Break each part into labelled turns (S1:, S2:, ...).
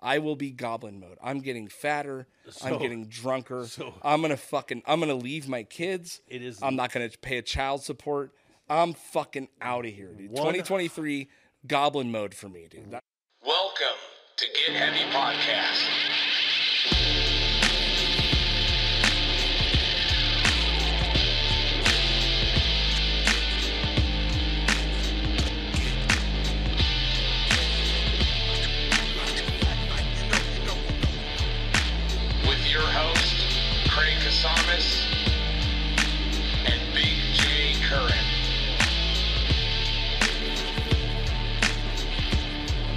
S1: I will be goblin mode. I'm getting fatter. I'm
S2: So-
S1: getting drunker.
S2: so-
S1: I'm gonna fucking. I'm gonna leave my kids.
S2: It is-
S1: I'm not gonna pay a child support. I'm fucking out of here, dude. 2023 goblin mode for me, dude. That-
S3: Welcome to Get Heavy Podcast. With your host, Craig Kasamis and Big J Curran.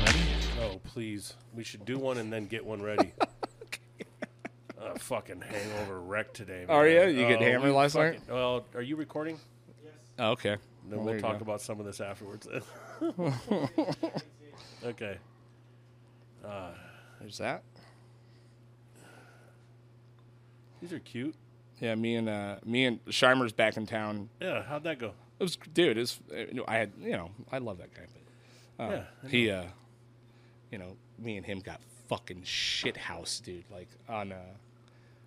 S2: Ready? Oh, please. We should do one and then get one ready. uh, fucking hangover wreck today. Man.
S1: Are ya? You get
S2: Oh,
S1: hammered
S2: we
S1: last night?
S2: fucking- Well, are you recording?
S1: Oh, okay.
S2: Then
S1: there
S2: we'll
S1: you
S2: talk
S1: go.
S2: about some of this afterwards. okay.
S1: There's that.
S2: These are cute.
S1: Yeah, me and uh, me and Shimer's back in town.
S2: Yeah, how'd that go?
S1: It was dude. It was, uh, I had you know I love that guy, but
S2: yeah.
S1: he uh you know me and him got fucking shit house dude like on uh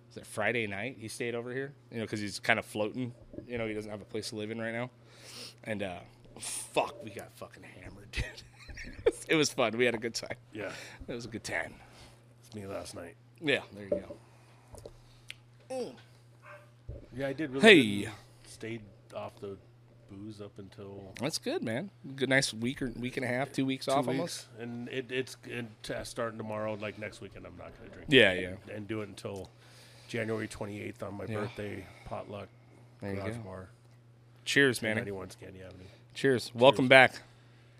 S1: was it friday night he stayed over here you know because he's kind of floating you know he doesn't have a place to live in right now and uh fuck we got fucking hammered dude it was fun we had a good time
S2: Yeah.
S1: it was a good time
S2: It's me last night.
S1: yeah there you go
S2: Yeah, I did really
S1: Hey.
S2: good and Stayed off the booze up until
S1: that's good man good nice week or week and a half two weeks
S2: two
S1: off
S2: weeks.
S1: almost
S2: And it, it's and t- starting tomorrow, like next weekend, I'm not going to drink.
S1: Yeah, yeah.
S2: And do it until January 28th on my birthday potluck
S1: There you
S2: garage
S1: go.
S2: bar,
S1: cheers man
S2: 91 Scandy Avenue.
S1: cheers welcome back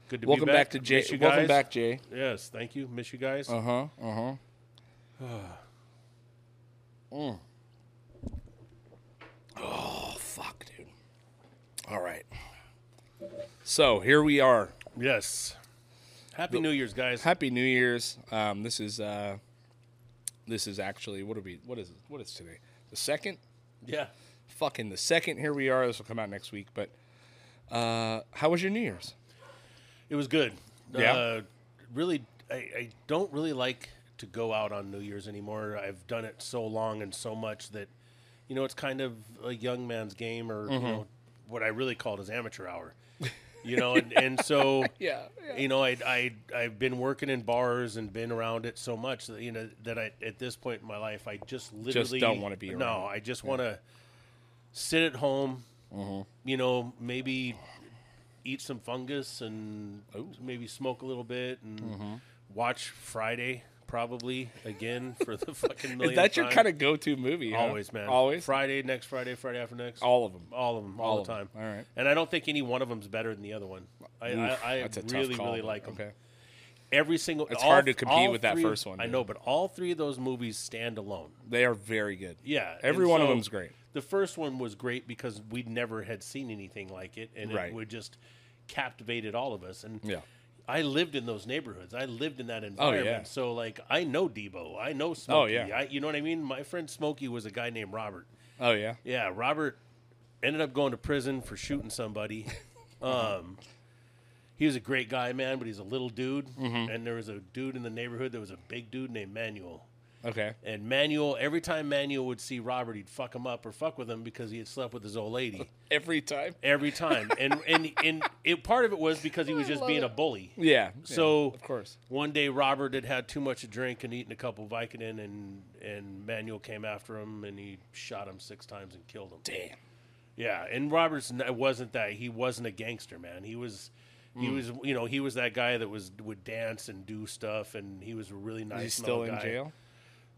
S2: Good to
S1: welcome
S2: be
S1: back, to
S2: back. Miss
S1: jay
S2: you
S1: welcome
S2: guys.
S1: back jay
S2: Yes, thank you. Miss you guys.
S1: uh-huh uh-huh Mm. oh fuck dude all right so here we are
S2: yes. Happy New Year's, guys.
S1: happy new year's um, this is uh this is actually what are we what is what is today the second
S2: yeah.
S1: fucking the second here we are this will come out next week but uh how was your new year's
S2: It was good.
S1: Yeah?
S2: Uh, really, I, I don't really like to go out on New Year's anymore. I've done it so long and so much that, you know, it's kind of a young man's game or,
S1: Mm-hmm.
S2: you know, what I really called is amateur hour. You know, and, and so,
S1: Yeah, yeah.
S2: you know, I, I, I've been working in bars and been around it so much that, you know, that I, at this point in my life, I just literally
S1: don't wanna be
S2: No,
S1: around
S2: I just want to sit at home, you know, maybe eat some fungus and maybe smoke a little bit and
S1: Mm-hmm.
S2: watch Friday probably again for the fucking millionth
S1: is that your
S2: time.
S1: kind of go-to movie huh?
S2: always man
S1: always
S2: Friday next Friday Friday after next
S1: all of them
S2: all of them all,
S1: All
S2: the
S1: of 'em.
S2: time
S1: All right.
S2: and I don't think any one of them's better than the other one I
S1: Oof,
S2: I, I
S1: that's a tough
S2: really
S1: call,
S2: really
S1: but
S2: like them
S1: okay.
S2: every single
S1: It's
S2: all-
S1: hard to compete
S2: all
S1: with that
S2: three-
S1: first one,
S2: I
S1: dude.
S2: know but all three of those movies stand alone
S1: They are very good.
S2: yeah, and
S1: Every one of
S2: so
S1: them's great.
S2: The first one was great because we never had seen anything like it, and
S1: Right.
S2: it would just captivated all of us. And
S1: Yeah. Oh,
S2: I lived in those neighborhoods. I lived in that
S1: yeah. Oh,
S2: environment. So like, I know Debo. I know Smokey.
S1: yeah.
S2: I, you know what I mean? My friend Smokey was a guy named Robert.
S1: Oh yeah.
S2: Yeah, Robert ended up going to prison for shooting somebody. um, he was a great guy, man, but he's a little dude.
S1: Mm-hmm.
S2: And there was a dude in the neighborhood that was a big dude named Manuel.
S1: Okay.
S2: And Manuel, every time Manuel would see Robert, he'd fuck him up or fuck with him because he had slept with his old lady
S1: Every time.
S2: every time. And and and it, part of it was because he was just being a bully.
S1: Yeah.
S2: So
S1: of course.
S2: one day Robert had had too much to drink and eaten a couple Vicodin, and and Manuel came after him and he shot him six times and killed him.
S1: Damn.
S2: Yeah, and Roberts n- wasn't that. He wasn't a gangster, man. He was. He
S1: Hmm.
S2: was, you know, he was that guy that was would dance and do stuff, and he was a really nice.
S1: He's
S2: mellow
S1: still in
S2: guy
S1: jail.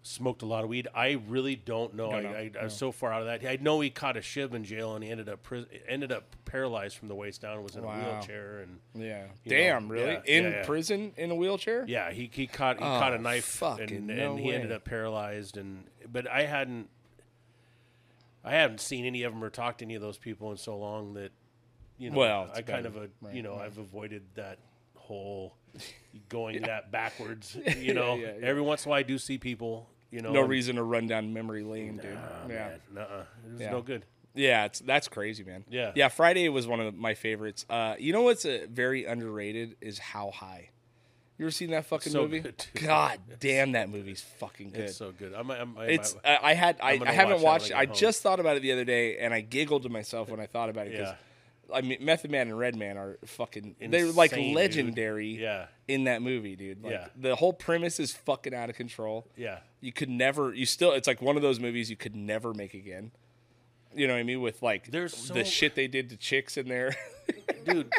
S2: smoked a lot of weed. I really don't know. I,
S1: know.
S2: I, I was so far out of that. I know he caught a shiv in jail and he ended up pri- ended up paralyzed from the waist down. Was in
S1: Wow.
S2: a wheelchair and
S1: Yeah.
S2: You know,
S1: Damn. really?
S2: yeah,
S1: in
S2: yeah, yeah.
S1: prison in a wheelchair?
S2: yeah, he he caught he caught a knife
S1: Oh, fucking
S2: and,
S1: no
S2: and he ended
S1: way.
S2: up paralyzed. And but I hadn't I haven't seen any of them or talked to any of those people in so long that you know
S1: Well, it's
S2: I kind
S1: better,
S2: of a
S1: right,
S2: you know I've avoided that whole going that backwards. You know,
S1: yeah, yeah.
S2: every once in a while I do see people. You know,
S1: No
S2: and-
S1: reason to run down memory lane, dude.
S2: Ah,
S1: yeah.
S2: man, nuh-uh. it was
S1: Yeah.
S2: no good.
S1: Yeah, it's that's crazy, man.
S2: Yeah.
S1: Yeah, Friday was one of my favorites. Uh, you know what's uh very underrated is how high. You ever seen that fucking
S2: So
S1: movie?
S2: good, dude.
S1: God damn, that movie's fucking good.
S2: It's so good. I'm, I'm, I'm,
S1: It's uh, I, I had I,
S2: I'm gonna
S1: I haven't
S2: watch
S1: watched.
S2: that when I
S1: I
S2: get home.
S1: just thought about it the other day, and I giggled to myself when I thought about it because I mean, Method Man and Red Man are fucking. they're like
S2: Insane, dude.
S1: legendary.
S2: Yeah.
S1: In that movie, dude. Like,
S2: Yeah.
S1: The whole premise is fucking out of control.
S2: yeah.
S1: You could never. You still. It's like one of those movies you could never make again. You know what I mean? With like
S2: There's so-
S1: the shit they did to chicks in there.
S2: Dude,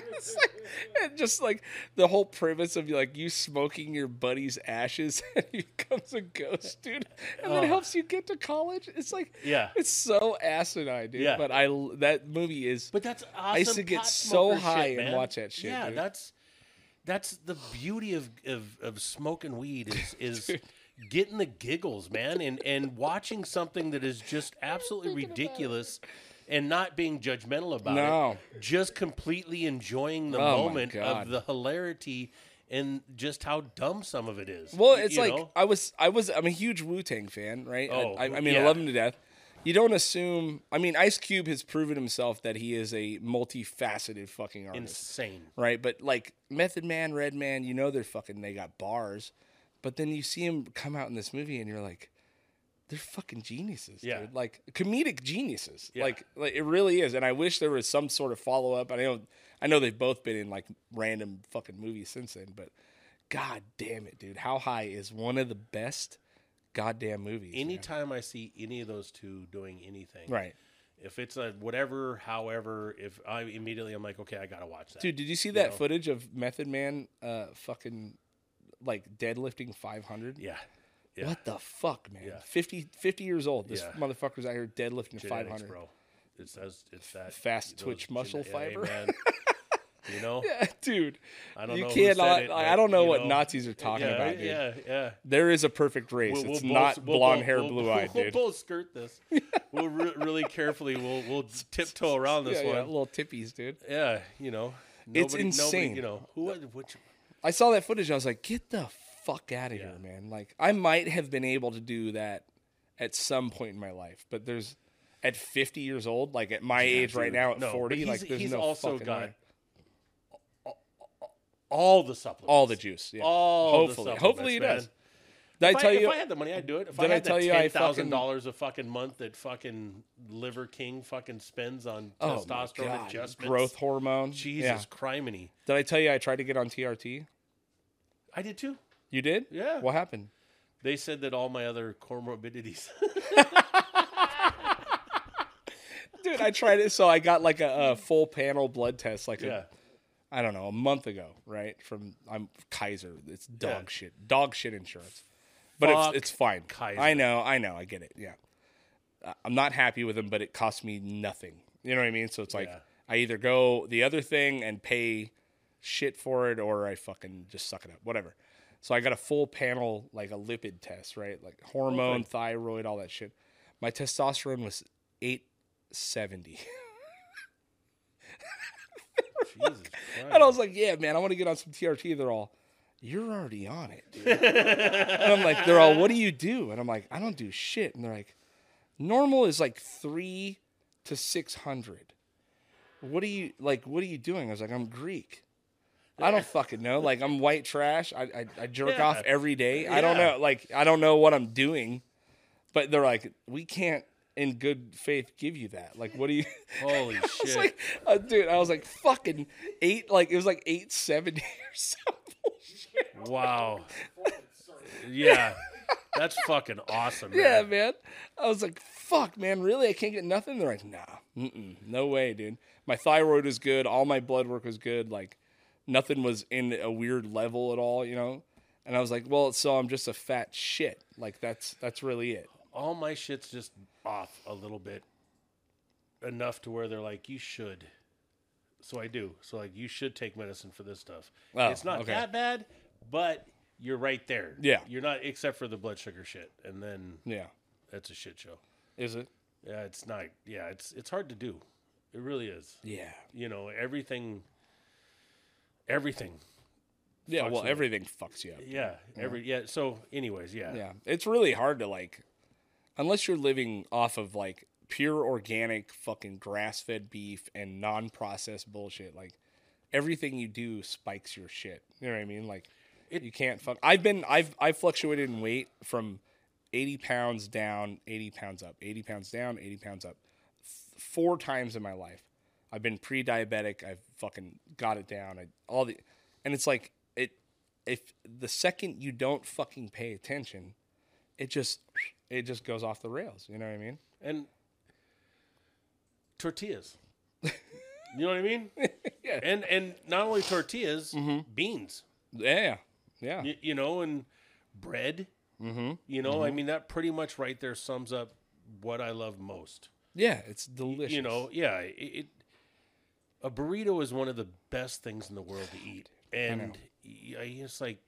S1: And just like the whole premise of like you smoking your buddy's ashes and he becomes a ghost, dude, and then helps you get to college. It's like
S2: Yeah.
S1: it's so asinine, dude.
S2: Yeah.
S1: But I l- that movie is.
S2: But that's awesome.
S1: used to get
S2: pot
S1: so
S2: smoker
S1: high
S2: shit,
S1: and
S2: man.
S1: watch that shit,
S2: Yeah,
S1: dude.
S2: that's that's the beauty of of, of smoking weed is is getting the giggles, man, and and watching something that is just absolutely ridiculous. And not being judgmental about
S1: No.
S2: it, just completely enjoying the
S1: Oh my
S2: moment
S1: God.
S2: of the hilarity and just how dumb some of it is.
S1: Well,
S2: Y-
S1: it's
S2: you
S1: like
S2: know?
S1: I was, I was, I'm a huge Wu Tang fan, right? I-
S2: Oh,
S1: I, I mean, I
S2: yeah.
S1: love him to death. You don't assume. I mean, Ice Cube has proven himself that he is a multifaceted fucking artist.
S2: insane.
S1: right? But like Method Man, Red Man, you know they're fucking they got bars, but then you see them come out in this movie and you're like, they're fucking geniuses,
S2: Yeah.
S1: dude. Like comedic geniuses. Like, like it really is. And I wish there was some sort of follow up. I know, I know they've both been in like random fucking movies since then, but god damn it, dude, how high is one of the best goddamn movies? man?
S2: Anytime I see any of those two doing anything,
S1: right.
S2: if it's a whatever, however, if I immediately I'm like, okay, I gotta watch that.
S1: Dude, did you see that footage of Method Man uh fucking like deadlifting 500?
S2: Yeah, yeah,
S1: What the fuck, man?
S2: Yeah.
S1: Fifty, fifty 50, years old. This
S2: Yeah.
S1: motherfucker's out here deadlifting
S2: genetics,
S1: 500.
S2: bro. It's those, it's that
S1: Fast
S2: those
S1: twitch muscle
S2: gene- hey,
S1: fiber.
S2: man. you know,
S1: Dude,
S2: I don't
S1: you
S2: know who said
S1: cannot.
S2: it,
S1: I,
S2: but,
S1: I don't know
S2: you
S1: what
S2: know,
S1: Nazis are talking
S2: yeah,
S1: about, dude.
S2: yeah, yeah.
S1: There is a perfect race.
S2: We'll-
S1: it's
S2: we'll
S1: not
S2: both- we'll
S1: blonde
S2: both-
S1: hair,
S2: we'll-
S1: blue eyed,
S2: we'll
S1: dude.
S2: both skirt this. we'll re- really carefully. We'll we'll tiptoe around this
S1: yeah, yeah,
S2: one.
S1: little tippies, dude.
S2: Yeah, you know, nobody,
S1: It's
S2: Nobody,
S1: insane.
S2: you know, who? Which?
S1: I saw that footage. I was like, get the fuck out of here, man. Like, I might have been able to do that at some point in my life, but there's at 50 years old, like at my age right
S2: dude,
S1: now at
S2: no, but
S1: 40,
S2: he's-
S1: like there's
S2: he's
S1: no
S2: also
S1: fucking
S2: got
S1: way.
S2: All the supplements.
S1: all the juice. Yeah.
S2: All the
S1: hopefully,
S2: supplements,
S1: hopefully he
S2: man.
S1: does. Did I
S2: If
S1: tell
S2: I,
S1: you?
S2: if I had the money, I'd do it. If I
S1: did I
S2: had
S1: tell
S2: the
S1: you I
S2: ten
S1: fucking-
S2: thousand dollars a fucking month that fucking Liver King fucking spends on
S1: Oh my
S2: testosterone
S1: God,
S2: adjustments,
S1: growth hormone.
S2: Jesus
S1: Yeah.
S2: criminy,
S1: Did I tell you I tried to get on TRT?
S2: I did too.
S1: You did?
S2: Yeah.
S1: What happened?
S2: They said that all my other comorbidities.
S1: Dude, I tried it. So I got like a, a full panel blood test, like
S2: yeah,
S1: a, I don't know, a month ago, right? From I'm Kaiser. It's dog
S2: Yeah.
S1: shit. Dog shit insurance. But it's,
S2: Fuck
S1: it's fine.
S2: Kaiser.
S1: I know. I know. I get it. Yeah. Uh, I'm not happy with them, but it costs me nothing. You know what I mean? So it's like
S2: Yeah.
S1: I either go the other thing and pay shit for it, or I fucking just suck it up. Whatever. So I got a full panel, like a lipid test, right? Like hormone, thyroid, all that shit. My testosterone was 870.
S2: Jesus
S1: And I
S2: Christ.
S1: was like, yeah, man, I want to get on some TRT. They're all, you're already on it. dude." and I'm like, they're all, what do you do? And I'm like, I don't do shit. And they're like, normal is like three to 600. What do you, like, what are you doing? I was like, I'm Greek. I don't fucking know. Like, I'm white trash. I, I, I jerk
S2: Yeah.
S1: off every day. I don't
S2: Yeah.
S1: know. Like, I don't know what I'm doing. But they're like, we can't in good faith give you that. Like, what do you.
S2: Holy
S1: I was
S2: shit!
S1: like, uh, dude, I was like, fucking eight, like it was like eight seventy or something.
S2: wow. yeah, that's fucking awesome.
S1: yeah,
S2: man.
S1: man. I was like, fuck, man, really? I can't get nothing. They're like, nah, mm-mm, no way, dude. My thyroid was good. All my blood work was good. Like, nothing was in a weird level at all, you know. And I was like, well, so I'm just a fat shit. Like that's that's really it.
S2: all my shit's just off a little bit enough to where they're like you should so i do so like you should take medicine for this stuff
S1: Oh,
S2: it's not
S1: okay.
S2: that bad but you're right there
S1: Yeah.
S2: you're not except for the blood sugar shit and then
S1: Yeah,
S2: that's a shit show
S1: is it?
S2: yeah it's not yeah it's it's hard to do it really is
S1: Yeah,
S2: you know everything everything
S1: yeah. well,
S2: me up.
S1: everything fucks you up.
S2: yeah every yeah so anyways yeah
S1: Yeah, it's really hard to like, unless you're living off of like pure organic fucking grass fed beef and non processed bullshit. Like everything you do spikes your shit. You know what I mean? Like
S2: It-
S1: you can't fuck. I've been I've I've fluctuated in weight from eighty pounds down, eighty pounds up, eighty pounds down, eighty pounds up, F- four times in my life. I've been pre-diabetic. I've fucking got it down. I, all the, and it's like it. If the second you don't fucking pay attention, it just it just goes off the rails. You know what I mean?
S2: and tortillas. you know what I mean?
S1: Yeah.
S2: And and not only tortillas, beans.
S1: Yeah. Yeah.
S2: You, you know, and bread. Mm-hmm. You know, I mean that pretty much right there sums up what I love most.
S1: Yeah. It's delicious.
S2: You know, yeah, it, it a burrito is one of the best things in the world to eat, and I, I just like,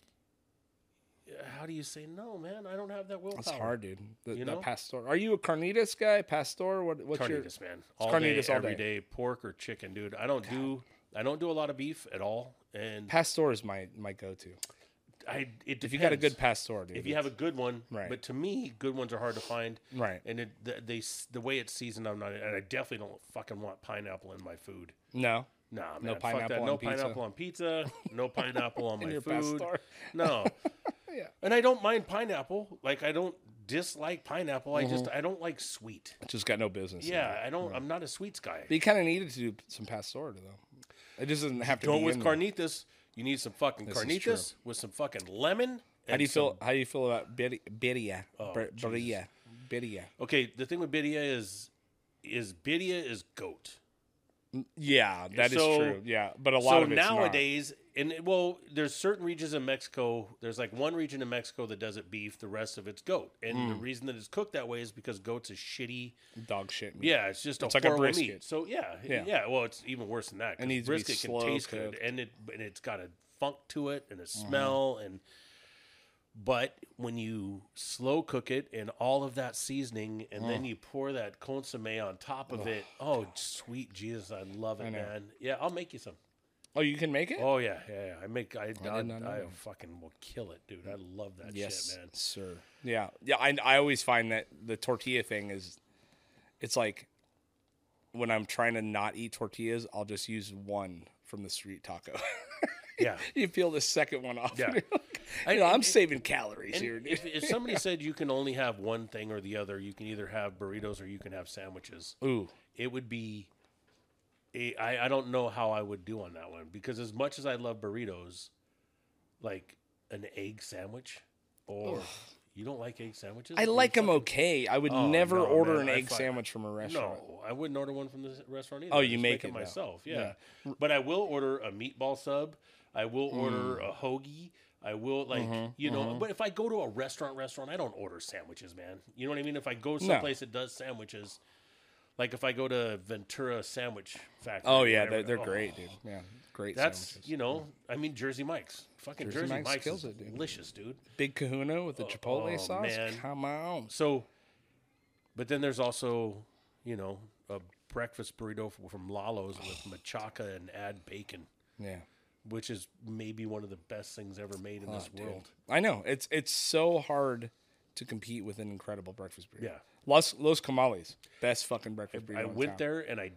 S2: how do you say no, man? I don't have that willpower.
S1: It's hard, dude. The,
S2: You
S1: that
S2: know?
S1: pastor. Are you a carnitas guy? Pastor? What, what's your?
S2: carnitas, man. All
S1: carnitas
S2: day,
S1: all
S2: every day. pork or chicken, dude. I don't do I don't do a lot of beef at all, and
S1: Pastor is my my go-to.
S2: I it depends.
S1: If you got a good pastor, dude.
S2: if you have a good one,
S1: Right.
S2: But to me, good ones are hard to find,
S1: Right.
S2: And it, the, they s- the way it's seasoned, I'm not, and I definitely don't fucking want pineapple in my food.
S1: no,
S2: Nah, man,
S1: No
S2: fuck that.
S1: pineapple on
S2: no
S1: pizza.
S2: pineapple on pizza. No pineapple on my
S1: your
S2: food.
S1: pastor.
S2: No. And I don't mind pineapple. Like I don't dislike pineapple. I just I don't like sweet.
S1: just got no business. in Mm-hmm. it.
S2: Yeah, I don't. I'm not a sweets guy.
S1: but you kind of needed to do some pastor though. It just doesn't have to.
S2: Don't
S1: be
S2: with
S1: in there.
S2: carnitas. You need some fucking
S1: is
S2: carnitas with some fucking lemon.
S1: How do you feel? How do you feel about birria? Birria.
S2: Oh,
S1: Bir- birria. Birria.
S2: Okay, the thing with birria is, is birria is goat.
S1: Yeah, that is
S2: So-
S1: true. Yeah, but a lot
S2: so
S1: of it's not.
S2: nowadays, and it- well, there's certain regions in Mexico. There's like one region in Mexico that does it beef. The rest of it's goat, and the
S1: Mm.
S2: reason that it's cooked that way is because goat's a shitty.
S1: dog shit. meat.
S2: Yeah, it's just a
S1: It's like a
S2: horrible meat.
S1: brisket.
S2: So yeah, yeah,
S1: Yeah.
S2: Well, it's even worse than that. 'cause
S1: needs to be
S2: brisket
S1: slow
S2: can taste
S1: cooked. Mm-hmm.
S2: good, and it and it's got a funk to it and a smell and. But when you slow cook it and all of that seasoning, and then
S1: Mm.
S2: you pour that consommé on top of it, oh sweet Jesus, I love it,
S1: know.
S2: man. Yeah, I'll make you some.
S1: Oh, you can make it.
S2: Oh yeah, yeah. yeah. I make I I,
S1: not know
S2: I
S1: that.
S2: fucking will kill it, dude. I love that
S1: Yes,
S2: shit, man.
S1: sir. Yeah, yeah. I I always find that the tortilla thing is, it's like, when I'm trying to not eat tortillas, I'll just use one from the street taco.
S2: Yeah.
S1: you peel the second one off.
S2: Yeah.
S1: and you're like, you know, I'm saving calories here.
S2: And
S1: Dude.
S2: if, if somebody said you can only have one thing or the other, you can either have burritos or you can have sandwiches.
S1: Ooh,
S2: It would be, a, I I don't know how I would do on that one because as much as I love burritos, like an egg sandwich, or you don't like egg sandwiches.
S1: I
S2: Are you
S1: like them
S2: fucking-
S1: okay. I would
S2: Oh,
S1: never
S2: no,
S1: order
S2: man,
S1: an
S2: I
S1: egg
S2: fi-
S1: sandwich from a restaurant.
S2: No, I wouldn't order one from the restaurant either.
S1: Oh,
S2: I
S1: you
S2: just
S1: make it, though.
S2: myself, yeah. But I will order a meatball sub. I will
S1: Hmm.
S2: order a hoagie. I will like
S1: Mm-hmm,
S2: you know. But if I go to a restaurant, restaurant, I don't order sandwiches, man. You know what I mean? If I go someplace that does sandwiches, like if I go to Ventura Sandwich Factory.
S1: Oh
S2: or
S1: yeah,
S2: whatever,
S1: they're, they're
S2: oh,
S1: great, dude. Yeah, great
S2: That's
S1: sandwiches. Mm-hmm.
S2: you know, I mean Jersey Mike's, fucking Jersey,
S1: Mike's
S2: Mike's,
S1: kills
S2: is
S1: it, dude.
S2: delicious, dude.
S1: Big Kahuna with the chipotle
S2: oh,
S1: sauce.
S2: man.
S1: Come on.
S2: So, but then there's also, you know, a breakfast burrito f- from Lalo's with
S1: Oh,
S2: machaca and add bacon,
S1: Yeah.
S2: which is maybe one of the best things ever made in this
S1: dude.
S2: world.
S1: I know it's it's so hard to compete with an incredible breakfast burrito.
S2: Yeah.
S1: Los Los Camales, best fucking breakfast burrito.
S2: I
S1: in
S2: went
S1: town.
S2: there and I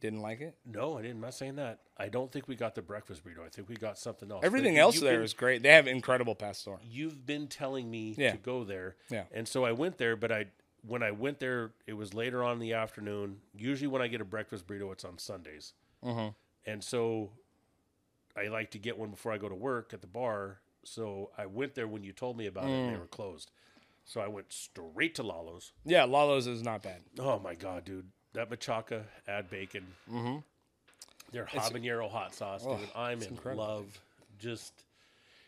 S1: didn't like it.
S2: no, I didn't. I'm not saying that. I don't think we got the breakfast burrito. I think we got something else.
S1: Everything
S2: But
S1: else
S2: you've
S1: there
S2: been-
S1: is great. They have incredible pastor.
S2: You've been telling me
S1: Yeah.
S2: to go there,
S1: Yeah.
S2: and so I went there. But I when I went there, it was later on in the afternoon. Usually, when I get a breakfast burrito, it's on Sundays.
S1: Uh-huh.
S2: And so I like to get one before I go to work at the bar. So I went there when you told me about it and
S1: Mm.
S2: they were closed. So I went straight to Lalo's.
S1: Yeah, Lalo's is not bad.
S2: Oh my God, dude. That machaca, add bacon. Mm-hmm. Their habanero hot sauce, dude. I'm in
S1: incredible.
S2: love. Just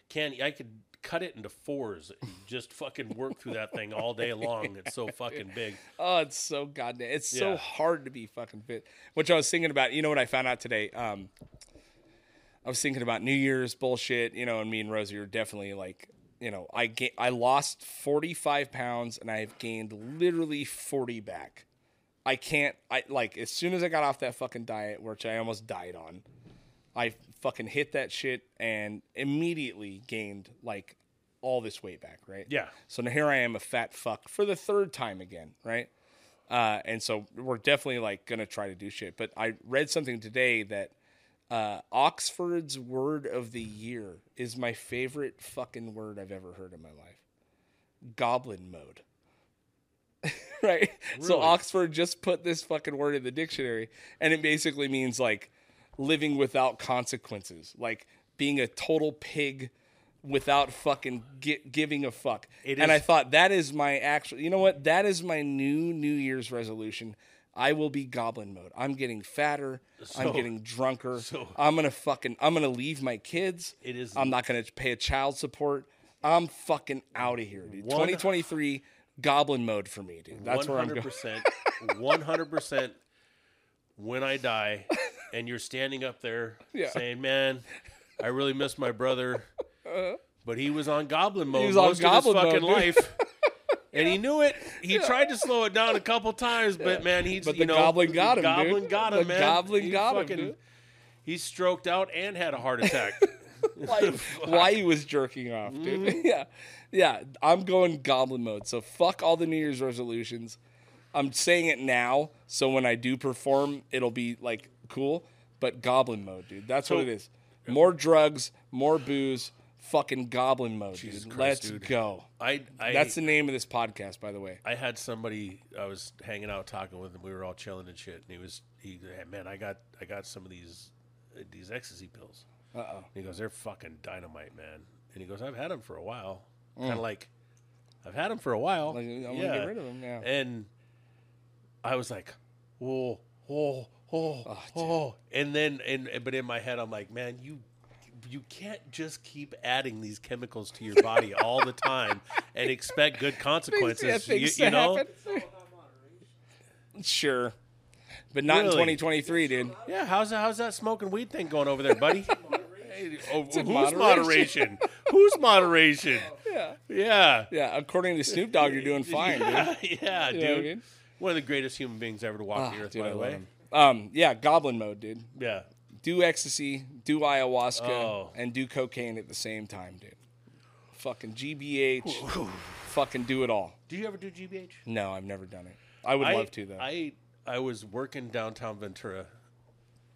S2: can't, I could cut it into fours and just fucking work through that thing all day long. It's so fucking big.
S1: Oh, it's so goddamn. It's so
S2: Yeah.
S1: hard to be fucking fit. Which I was thinking about. You know what I found out today? Um, I was thinking about New Year's bullshit. You know, and me and Rosie are definitely like, you know, I ga- I lost forty five pounds and I have gained literally forty back. I can't. I like as soon as I got off that fucking diet, which I almost died on. I fucking hit that shit and immediately gained like all this weight back, right?
S2: Yeah.
S1: So now here I am, a fat fuck for the third time again, right? Uh, and so we're definitely like gonna try to do shit. But I read something today that Uh, Oxford's word of the year is my favorite fucking word I've ever heard in my life. Goblin mode. right? So
S2: Really?
S1: Oxford just put this fucking word in the dictionary and it basically means like living without consequences, like being a total pig without fucking gi- giving a fuck.
S2: It
S1: and I
S2: is-
S1: thought that is my actual you know what that is my new new year's resolution i will be goblin mode i'm getting fatter i'm
S2: So-
S1: getting drunker
S2: so-
S1: i'm gonna fucking i'm gonna leave my kids
S2: It is-
S1: i'm not gonna pay a child support i'm fucking out of here dude 2023 goblin mode for me dude that's where i'm going
S2: 100%, 100% when I die and you're standing up there
S1: Yeah.
S2: saying, man, I really miss my brother. But he was on goblin mode
S1: Uh-huh. was on
S2: most
S1: goblin
S2: of his fucking
S1: mode, dude.
S2: life. And he knew it. He tried to slow it down a couple times, but man, he's
S1: But the
S2: you know,
S1: goblin got
S2: the
S1: him, dude.
S2: Goblin got him,
S1: The
S2: man.
S1: goblin
S2: He
S1: got him, dude.
S2: He stroked out and had a heart attack.
S1: why, why he was jerking off, dude.
S2: Mm-hmm.
S1: yeah. Yeah. I'm going goblin mode. So fuck all the New Year's resolutions. I'm saying it now. So when I do perform, it'll be like cool. But goblin mode, dude. That's what it is. More drugs, more booze, fucking goblin mode, dude.
S2: Christ,
S1: Let's
S2: dude.
S1: go.
S2: I, I
S1: That's the name of this podcast, by the way.
S2: I had somebody I was hanging out talking with him. We were all chilling and shit. And he was he man, I got I got some of these uh, these ecstasy pills. Uh oh. He goes, they're fucking dynamite, man. And he goes, I've had them for a while. Kind of like, I've had them for a
S1: Mm.
S2: while.
S1: Like, I wanna get rid of 'em, yeah.
S2: And I was like, whoa, whoa, whoa, oh, and then and but in my head, I'm like, man, you. You can't just keep adding these chemicals to your body all the time and expect good consequences. You,
S1: things
S2: you
S1: to
S2: know,
S1: happen. Sure. But not in
S2: Really?
S1: 2023, dude.
S2: Yeah, how's that, how's that smoking weed thing going over there, buddy? Hey, oh, who's
S1: in
S2: moderation?
S1: moderation.
S2: who's moderation? Yeah. Yeah.
S1: Yeah, according to Snoop Dogg, you're doing fine, dude.
S2: yeah, dude.
S1: know what I mean? Ah,
S2: One of the greatest human beings ever to walk the earth,
S1: Dude,
S2: by
S1: I
S2: the
S1: love
S2: way.
S1: him. Um, yeah, goblin mode, dude.
S2: Yeah.
S1: Do ecstasy, do ayahuasca,
S2: Oh.
S1: and do cocaine at the same time, dude. Fucking GBH, fucking do it all.
S2: Do you ever do GBH?
S1: No, I've never done it. I would
S2: I,
S1: love to though.
S2: I I was working downtown Ventura,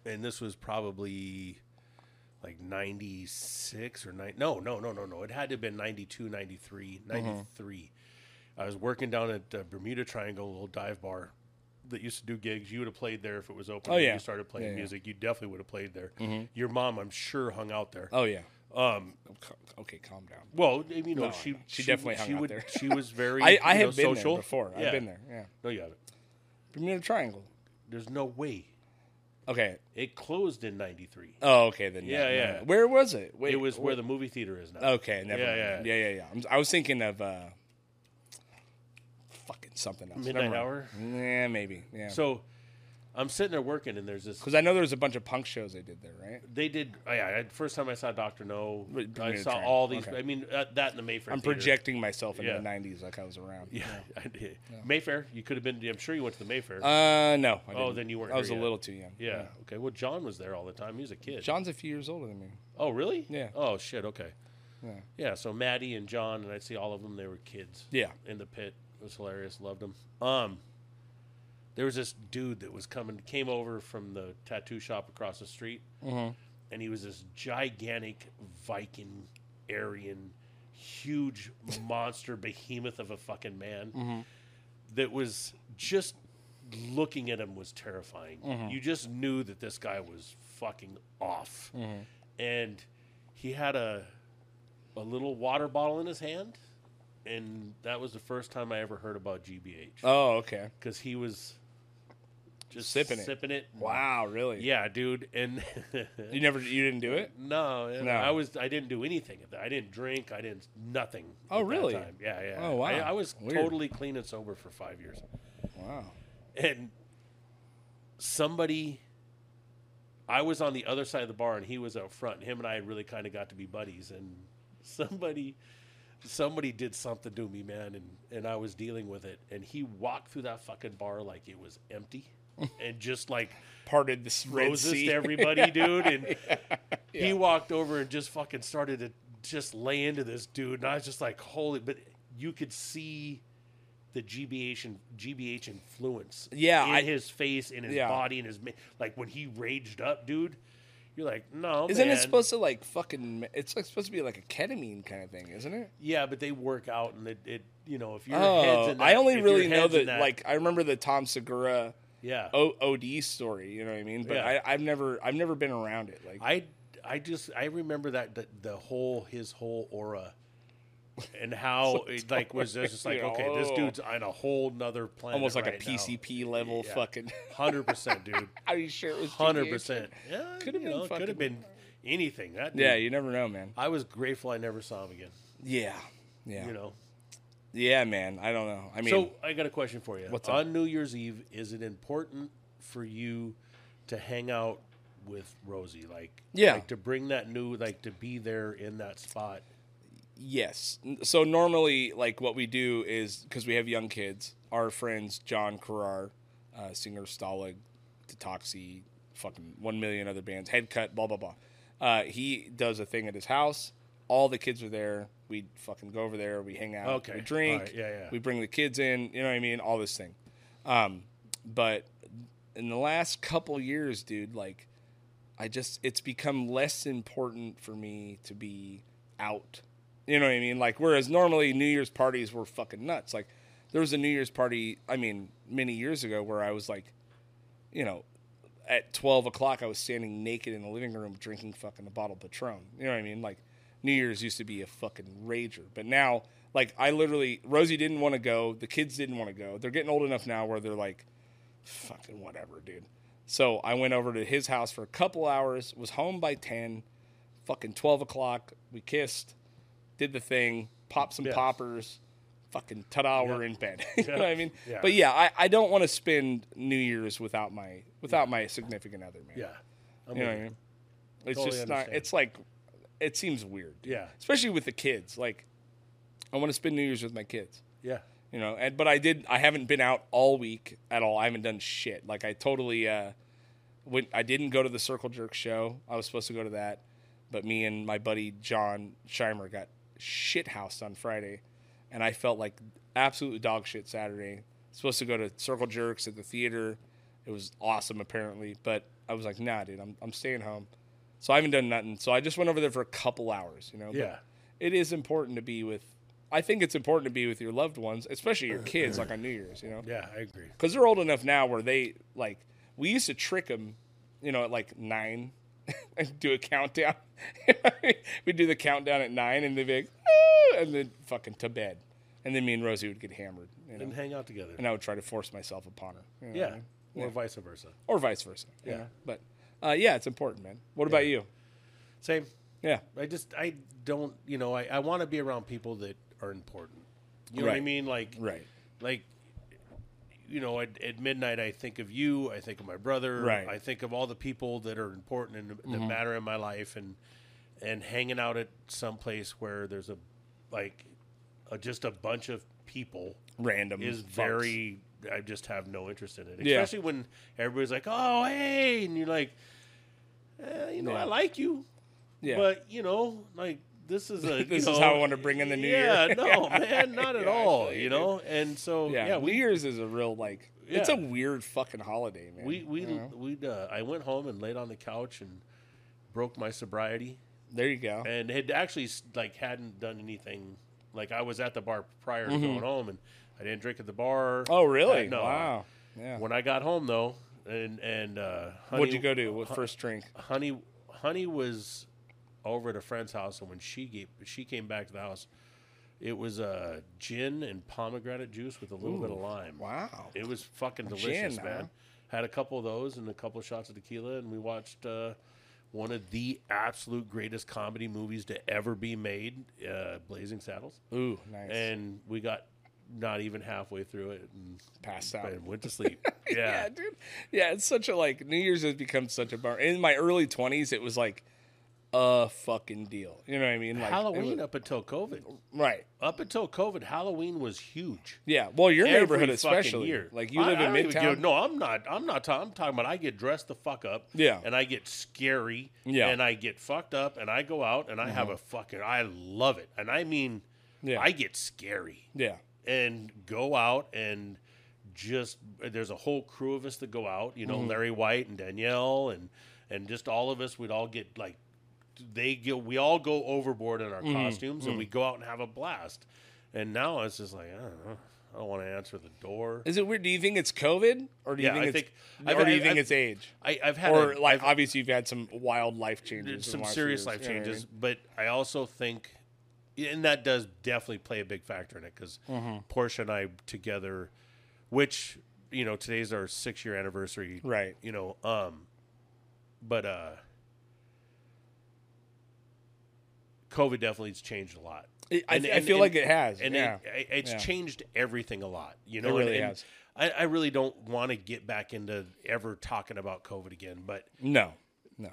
S2: and this was probably like 96 or 9 no no no no no it had to have been 92 93
S1: Mm-hmm.
S2: 93 i was working down at uh, bermuda triangle a little dive bar that used to do gigs you would have played there if it was open
S1: Oh,
S2: when
S1: yeah.
S2: you started playing
S1: Yeah, yeah.
S2: music you definitely would have played there your mom i'm sure hung out there
S1: oh yeah.
S2: um
S1: Ca- Okay, calm down.
S2: well you know
S1: No,
S2: she,
S1: no. She definitely hung out
S2: would,
S1: there.
S2: she was very
S1: I, I
S2: you know,
S1: have been
S2: social
S1: there before.
S2: Yeah.
S1: I've been there. Yeah.
S2: no you haven't
S1: Bermuda Triangle.
S2: there's no way
S1: Okay.
S2: It closed in '93.
S1: Oh, okay then.
S2: Yeah,
S1: no, no,
S2: yeah.
S1: no. Where was it? Wait, Oh,
S2: It was where the movie theater is now.
S1: Okay, never.
S2: Yeah,
S1: Yeah, mind.
S2: yeah.
S1: yeah, yeah, yeah. I'm, I was thinking of uh, fucking something else.
S2: Midnight
S1: Never mind.
S2: Hour?
S1: Yeah, maybe. Yeah.
S2: So I'm sitting there working, and there's this.
S1: Because I know there was a bunch of punk shows they did there, right?
S2: They did. oh, yeah, I- first time I saw Doctor No,
S1: Wait, give
S2: I
S1: me a
S2: saw
S1: time.
S2: all these.
S1: Okay.
S2: I mean, uh, that and the Mayfair.
S1: I'm
S2: Theater.
S1: projecting myself into
S2: Yeah.
S1: the 90s like I was around.
S2: Yeah, I did. Mayfair. You could have been. I'm sure you went to the Mayfair.
S1: Uh, no. I
S2: Oh,
S1: didn't.
S2: then you weren't
S1: I was
S2: here
S1: a
S2: yet.
S1: little too young.
S2: yeah. Okay. Well, John was there all the time. He was a kid.
S1: John's a few years older than me.
S2: Oh, really?
S1: Yeah.
S2: Oh shit. Okay.
S1: Yeah.
S2: Yeah. So Maddie and John, and I see all of them. They were kids.
S1: Yeah.
S2: in the pit. It was hilarious. Loved him. Um, there was this dude that was coming, came over from the tattoo shop across the street, and he was this gigantic Viking, Aryan, huge monster behemoth of a fucking man that was just looking at him was terrifying.
S1: Mm-hmm.
S2: You just knew that this guy was fucking off,
S1: Mm-hmm.
S2: and he had a a little water bottle in his hand, and that was the first time I ever heard about GBH
S1: Oh, okay.
S2: because he was just
S1: Sipping it.
S2: sipping it.
S1: Wow, really?
S2: Yeah, dude, and
S1: You never, you didn't do it?
S2: no,
S1: No.
S2: I was I didn't do anything. at that. I didn't drink. I didn't nothing.
S1: Oh,
S2: at that
S1: really?
S2: time. Yeah, yeah.
S1: Oh, wow.
S2: I, I was
S1: Weird.
S2: totally clean and sober for five years,
S1: Wow.
S2: and somebody. I was on the other side of the bar and he was out front. Him and I really kind of got to be buddies. And somebody, somebody did something to me, man, and, and I was dealing with it. And he walked through that fucking bar like it was empty, and just like
S1: Parted the s- Red
S2: roses
S1: Sea.
S2: to everybody, dude. And he walked over and just fucking started to just lay into this dude. And I was just like, holy, but you could see the GBH and GBH influence,
S1: Yeah,
S2: in
S1: I-
S2: his face, in his
S1: yeah.
S2: body, in his ma- like when he raged up, dude. You're like, no.
S1: Isn't
S2: man.
S1: it supposed to like fucking? It's like supposed to be like a ketamine kind of thing, isn't it?
S2: Yeah, but they work out, and it, it you know, if your head's
S1: Oh,
S2: in that,
S1: I only
S2: if your
S1: really know
S2: head's in
S1: that, Like, I remember the Tom Segura
S2: yeah.
S1: o- OD story. You know what I mean? But
S2: Yeah.
S1: I, I've never, I've never been around it. Like,
S2: I I just I remember that the, the whole his whole aura and how it like was just like
S1: You know,
S2: okay this
S1: oh.
S2: dude's on a whole nother planet
S1: almost like
S2: right
S1: a
S2: now.
S1: PCP level
S2: Yeah.
S1: fucking.
S2: hundred percent dude
S1: Are you sure it was
S2: hundred
S1: TBH?
S2: percent yeah
S1: Could've
S2: you
S1: been
S2: know, it could
S1: fucking-
S2: have been anything that dude,
S1: Yeah, you never know, man.
S2: I was grateful I never saw him again
S1: Yeah, yeah,
S2: you know
S1: yeah, man. I don't know. I mean,
S2: so I got a question for you
S1: What's up?
S2: on New Year's Eve is it important for you to hang out with Rosie like
S1: Yeah.
S2: like to bring that new like to be there in that spot
S1: Yes. N- So normally, like what we do is because we have young kids, our friends John Carrar, uh, singer Stalag, Detoxy, fucking one million other bands, Headcut, blah blah blah. Uh, he does a thing at his house. All the kids are there. We fucking go over there. We hang out.
S2: Okay.
S1: We drink.
S2: All right. Yeah, yeah.
S1: We bring the kids in. You know what I mean? All this thing. Um, but in the last couple years, dude, like I just it's become less important for me to be out. You know what I mean? Like whereas normally New Year's parties were fucking nuts. Like there was a New Year's party, I mean, many years ago where I was like, you know, at twelve o'clock I was standing naked in the living room drinking fucking a bottle of Patron. You know what I mean? Like New Year's used to be a fucking rager. But now, like I literally Rosie didn't want to go, the kids didn't want to go. They're getting old enough now where they're like, fucking whatever, dude. So I went over to his house for a couple hours, was home by 10, fucking 12 o'clock. We kissed, did the thing, popped some
S2: Yeah.
S1: poppers, fucking ta da, we're in bed. you know what I mean?
S2: Yeah.
S1: But yeah, I, I don't want to spend New Year's without my without my significant other, man.
S2: yeah I'm
S1: You know
S2: with
S1: what I mean? It's
S2: Totally
S1: just
S2: understand.
S1: not, it's like, it seems weird. dude.
S2: Yeah.
S1: Especially with the kids. Like, I want to spend New Year's with my kids
S2: Yeah.
S1: you know and but i did i haven't been out all week at all i haven't done shit like i totally uh went i didn't go to the circle jerk show i was supposed to go to that but me and my buddy john Scheimer got shit housed on friday and i felt like absolute dog shit saturday supposed to go to circle jerks at the theater it was awesome apparently but i was like nah dude i'm, I'm staying home so i haven't done nothing so i just went over there for a couple hours you know But
S2: Yeah.
S1: it is important to be with i think it's important to be with your loved ones especially your kids like on new year's you know
S2: Yeah, I agree.
S1: because they're old enough now where they like we used to trick them you know at like nine and do a countdown we do the countdown at nine and they'd be like "Ah," and then fucking to bed and then me and rosie would get hammered you know
S2: And hang out together.
S1: and i would try to force myself upon her you know what I
S2: yeah.
S1: mean?
S2: Or vice versa.
S1: or vice versa
S2: Yeah.
S1: yeah but uh, yeah it's important man what about you
S2: Same.
S1: yeah
S2: I just I don't you know, I, I want to be around people that are important. You know what I
S1: Right.
S2: mean? Like
S1: right
S2: like you know, at, at midnight I think of you, I think of my brother,
S1: Right. Mm-hmm.
S2: I think of all the people that are important and that matter in my life and and hanging out at some place where there's a like a, just a bunch of people
S1: random
S2: is
S1: fucks.
S2: very I just have no interest in it.
S1: Yeah.
S2: Especially when everybody's like, "Oh, hey," and you're like, eh, "You know, I
S1: Yeah.
S2: like you,
S1: yeah
S2: but you know, like this is a
S1: This
S2: you
S1: is
S2: know,
S1: how I want to bring in the new
S2: yeah,
S1: year.
S2: no, man, not at
S1: Yeah, I
S2: all.
S1: feel you,
S2: You know, and so
S1: yeah,
S2: yeah,
S1: New
S2: we
S1: Year's is a real like. It's
S2: Yeah.
S1: a weird fucking holiday, man.
S2: we we
S1: You know?
S2: we uh, I went home and laid on the couch and broke my sobriety
S1: there you go.
S2: and had actually like hadn't done anything. Like I was at the bar prior to going home and I didn't drink at the bar.
S1: Mm-hmm. Oh really?
S2: Uh, no,
S1: Wow. Yeah.
S2: When I got home though, and and uh, honey,
S1: What'd you go to? What first drink?
S2: Honey, honey was over at a friend's house, and when she gave, she came back to the house, it was uh, gin and pomegranate juice with a little bit of lime.
S1: Wow.
S2: It was fucking delicious,
S1: Gin,
S2: man.
S1: huh?
S2: Had a couple of those and a couple of shots of tequila, and we watched uh, one of the absolute greatest comedy movies to ever be made, uh, Blazing Saddles.
S1: Ooh, nice.
S2: And we got not even halfway through it and
S1: Passed out.
S2: and went to sleep.
S1: yeah, dude. Yeah, it's such a like New Year's has become such a bar. In my early twenties, it was like a fucking deal. You know what I mean? Like it
S2: Halloween
S1: was-
S2: up until COVID.
S1: right?
S2: Up until COVID, Halloween was huge.
S1: Yeah. Well, your
S2: Every
S1: neighborhood
S2: fucking
S1: especially.
S2: year.
S1: Like you
S2: I-
S1: live
S2: I
S1: in
S2: don't even
S1: Midtown.
S2: give- no, I'm not. I'm not. Ta- I'm talking about. I get dressed the fuck up.
S1: Yeah.
S2: And I get scary.
S1: Yeah. Mm-hmm.
S2: And I get fucked up, and I go out, and I have a fucking. I love it, and I mean,
S1: Yeah.
S2: I get scary
S1: Yeah.
S2: and go out and
S1: Mm-hmm.
S2: just there's a whole crew of us that go out. You know, Larry White and Danielle and and just all of us would all get like they go, we all go overboard in our
S1: Mm-hmm.
S2: costumes and we go out and have a blast. And now it's just like I don't know. I don't want to answer the door.
S1: Is it weird? Do you think it's COVID, or do you
S2: Yeah,
S1: think
S2: I
S1: it's,
S2: think-
S1: or
S2: I've-
S1: do you
S2: I've-
S1: think
S2: I've-
S1: it's age?
S2: I, I've had
S1: Or
S2: a-
S1: like obviously you've had some wild life changes, in
S2: there's
S1: the
S2: some
S1: last few
S2: serious
S1: years,
S2: life
S1: you know what I
S2: changes,
S1: mean?
S2: but I also think, and that does definitely play a big factor in it because
S1: Mm-hmm.
S2: Portia and I together, which you know today's our six year anniversary,
S1: Right.
S2: You know, um, but uh, COVID definitely has changed a lot.
S1: It- I- I feel like it has,
S2: and
S1: yeah.
S2: it, it's
S1: Yeah.
S2: changed everything a lot. You know,
S1: It
S2: and-
S1: really
S2: and
S1: has.
S2: I, I really don't want to get back into ever talking about COVID again, but
S1: No, no,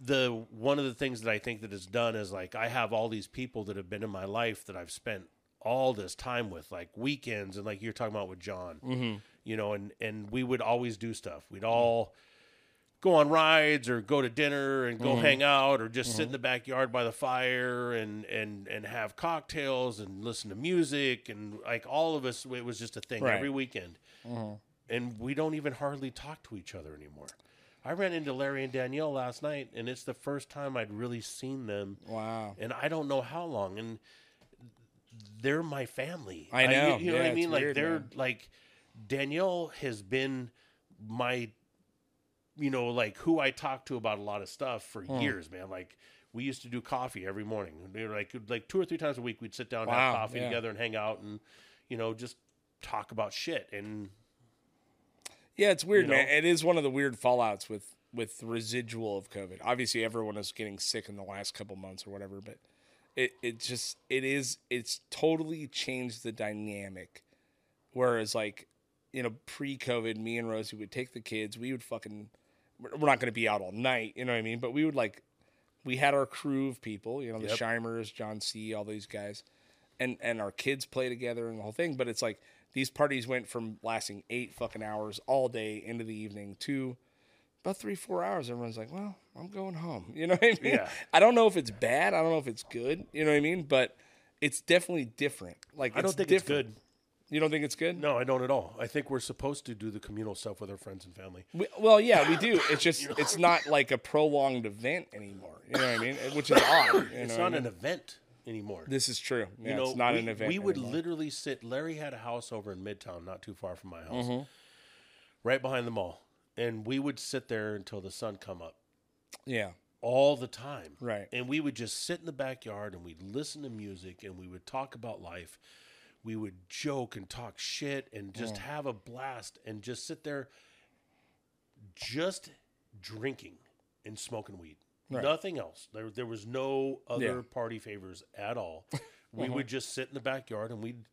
S2: the one of the things that I think that it's done is like I have all these people that have been in my life that I've spent all this time with, like weekends and like you're talking about with John, you know, and and we would always do stuff. We'd all go on rides or go to dinner and go hang out or just sit in the backyard by the fire and and and have cocktails and listen to music and like all of us it was just a thing
S1: Right.
S2: every weekend and we don't even hardly talk to each other anymore. I ran into Larry and Danielle last night, and it's the first time I'd really seen them,
S1: wow.
S2: and I don't know how long. And they're my family.
S1: I
S2: you-
S1: know.
S2: you, know what
S1: Yeah,
S2: I
S1: it's
S2: mean? Like
S1: weird,
S2: they're
S1: man.
S2: like Danielle has been my, you know, like who I talk to about a lot of stuff for
S1: Hmm.
S2: years, man. Like we used to do coffee every morning. They were like like two or three times a week, we'd sit down and have
S1: Wow,
S2: coffee
S1: yeah.
S2: together and hang out, and you know, just talk about shit and
S1: Yeah, it's weird,
S2: you know?
S1: man. It is one of the weird fallouts with with the residual of COVID. Obviously, everyone is getting sick in the last couple months or whatever, but it it just it is it's totally changed the dynamic. Whereas, like you know, pre COVID, me and Rosie would take the kids. We would fucking we're we're not going to be out all night, you know what I mean? But we would like we had our crew of people, you know, the
S2: Yep.
S1: Shimers, John C, all these guys, and and our kids play together and the whole thing. But it's like these parties went from lasting eight fucking hours all day into the evening to about three four hours. Everyone's like, well, I'm going home. You know what I mean?
S2: Yeah.
S1: I don't know if it's bad. I don't know if it's good. You know what I mean? But it's definitely different. Like
S2: I don't think
S1: different.
S2: it's good.
S1: You don't think it's good?
S2: No, I don't at all. I think we're supposed to do the communal stuff with our friends and family.
S1: We, well, yeah, we do. It's just it's not like a prolonged event anymore. You know what I mean? Which is odd. you know
S2: It's
S1: what I
S2: not
S1: mean?
S2: an event anymore.
S1: This is true. Yeah,
S2: you know,
S1: it's not
S2: we,
S1: an event.
S2: we would
S1: anymore.
S2: literally sit. Larry had a house over in Midtown, not too far from my house,
S1: Mm-hmm.
S2: right behind the mall, and we would sit there until the sun come up
S1: yeah,
S2: all the time.
S1: Right.
S2: And we would just sit in the backyard and we'd listen to music and we would talk about life. We would joke and talk shit and just have a blast and just sit there just drinking and smoking weed. Nothing else. There, there was no other
S1: Yeah. Mm-hmm.
S2: party favors at all. We would just sit in the backyard and we'd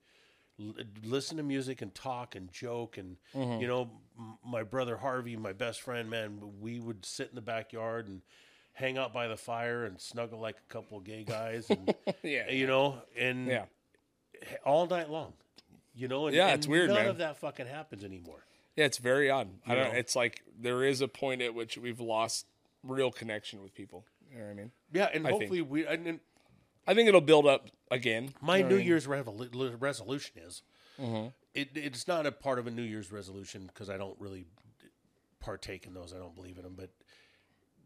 S2: l- listen to music and talk and joke and
S1: Mm-hmm.
S2: you know m- my brother Harvey my best friend man we would sit in the backyard and hang out by the fire and snuggle like a couple of gay guys and
S1: yeah,
S2: you know and
S1: yeah.
S2: all night long you know and,
S1: Yeah,
S2: and
S1: it's weird,
S2: none
S1: man.
S2: of that fucking happens anymore
S1: Yeah, it's very odd. I don't.
S2: know?
S1: It's like there is a point at which we've lost real connection with people. You know what I mean?
S2: yeah and
S1: I think-
S2: hopefully we and, and
S1: I think it'll build up again.
S2: my new year's revolu- resolution is it, it's not a part of a new year's resolution because i don't really partake in those i don't believe in them but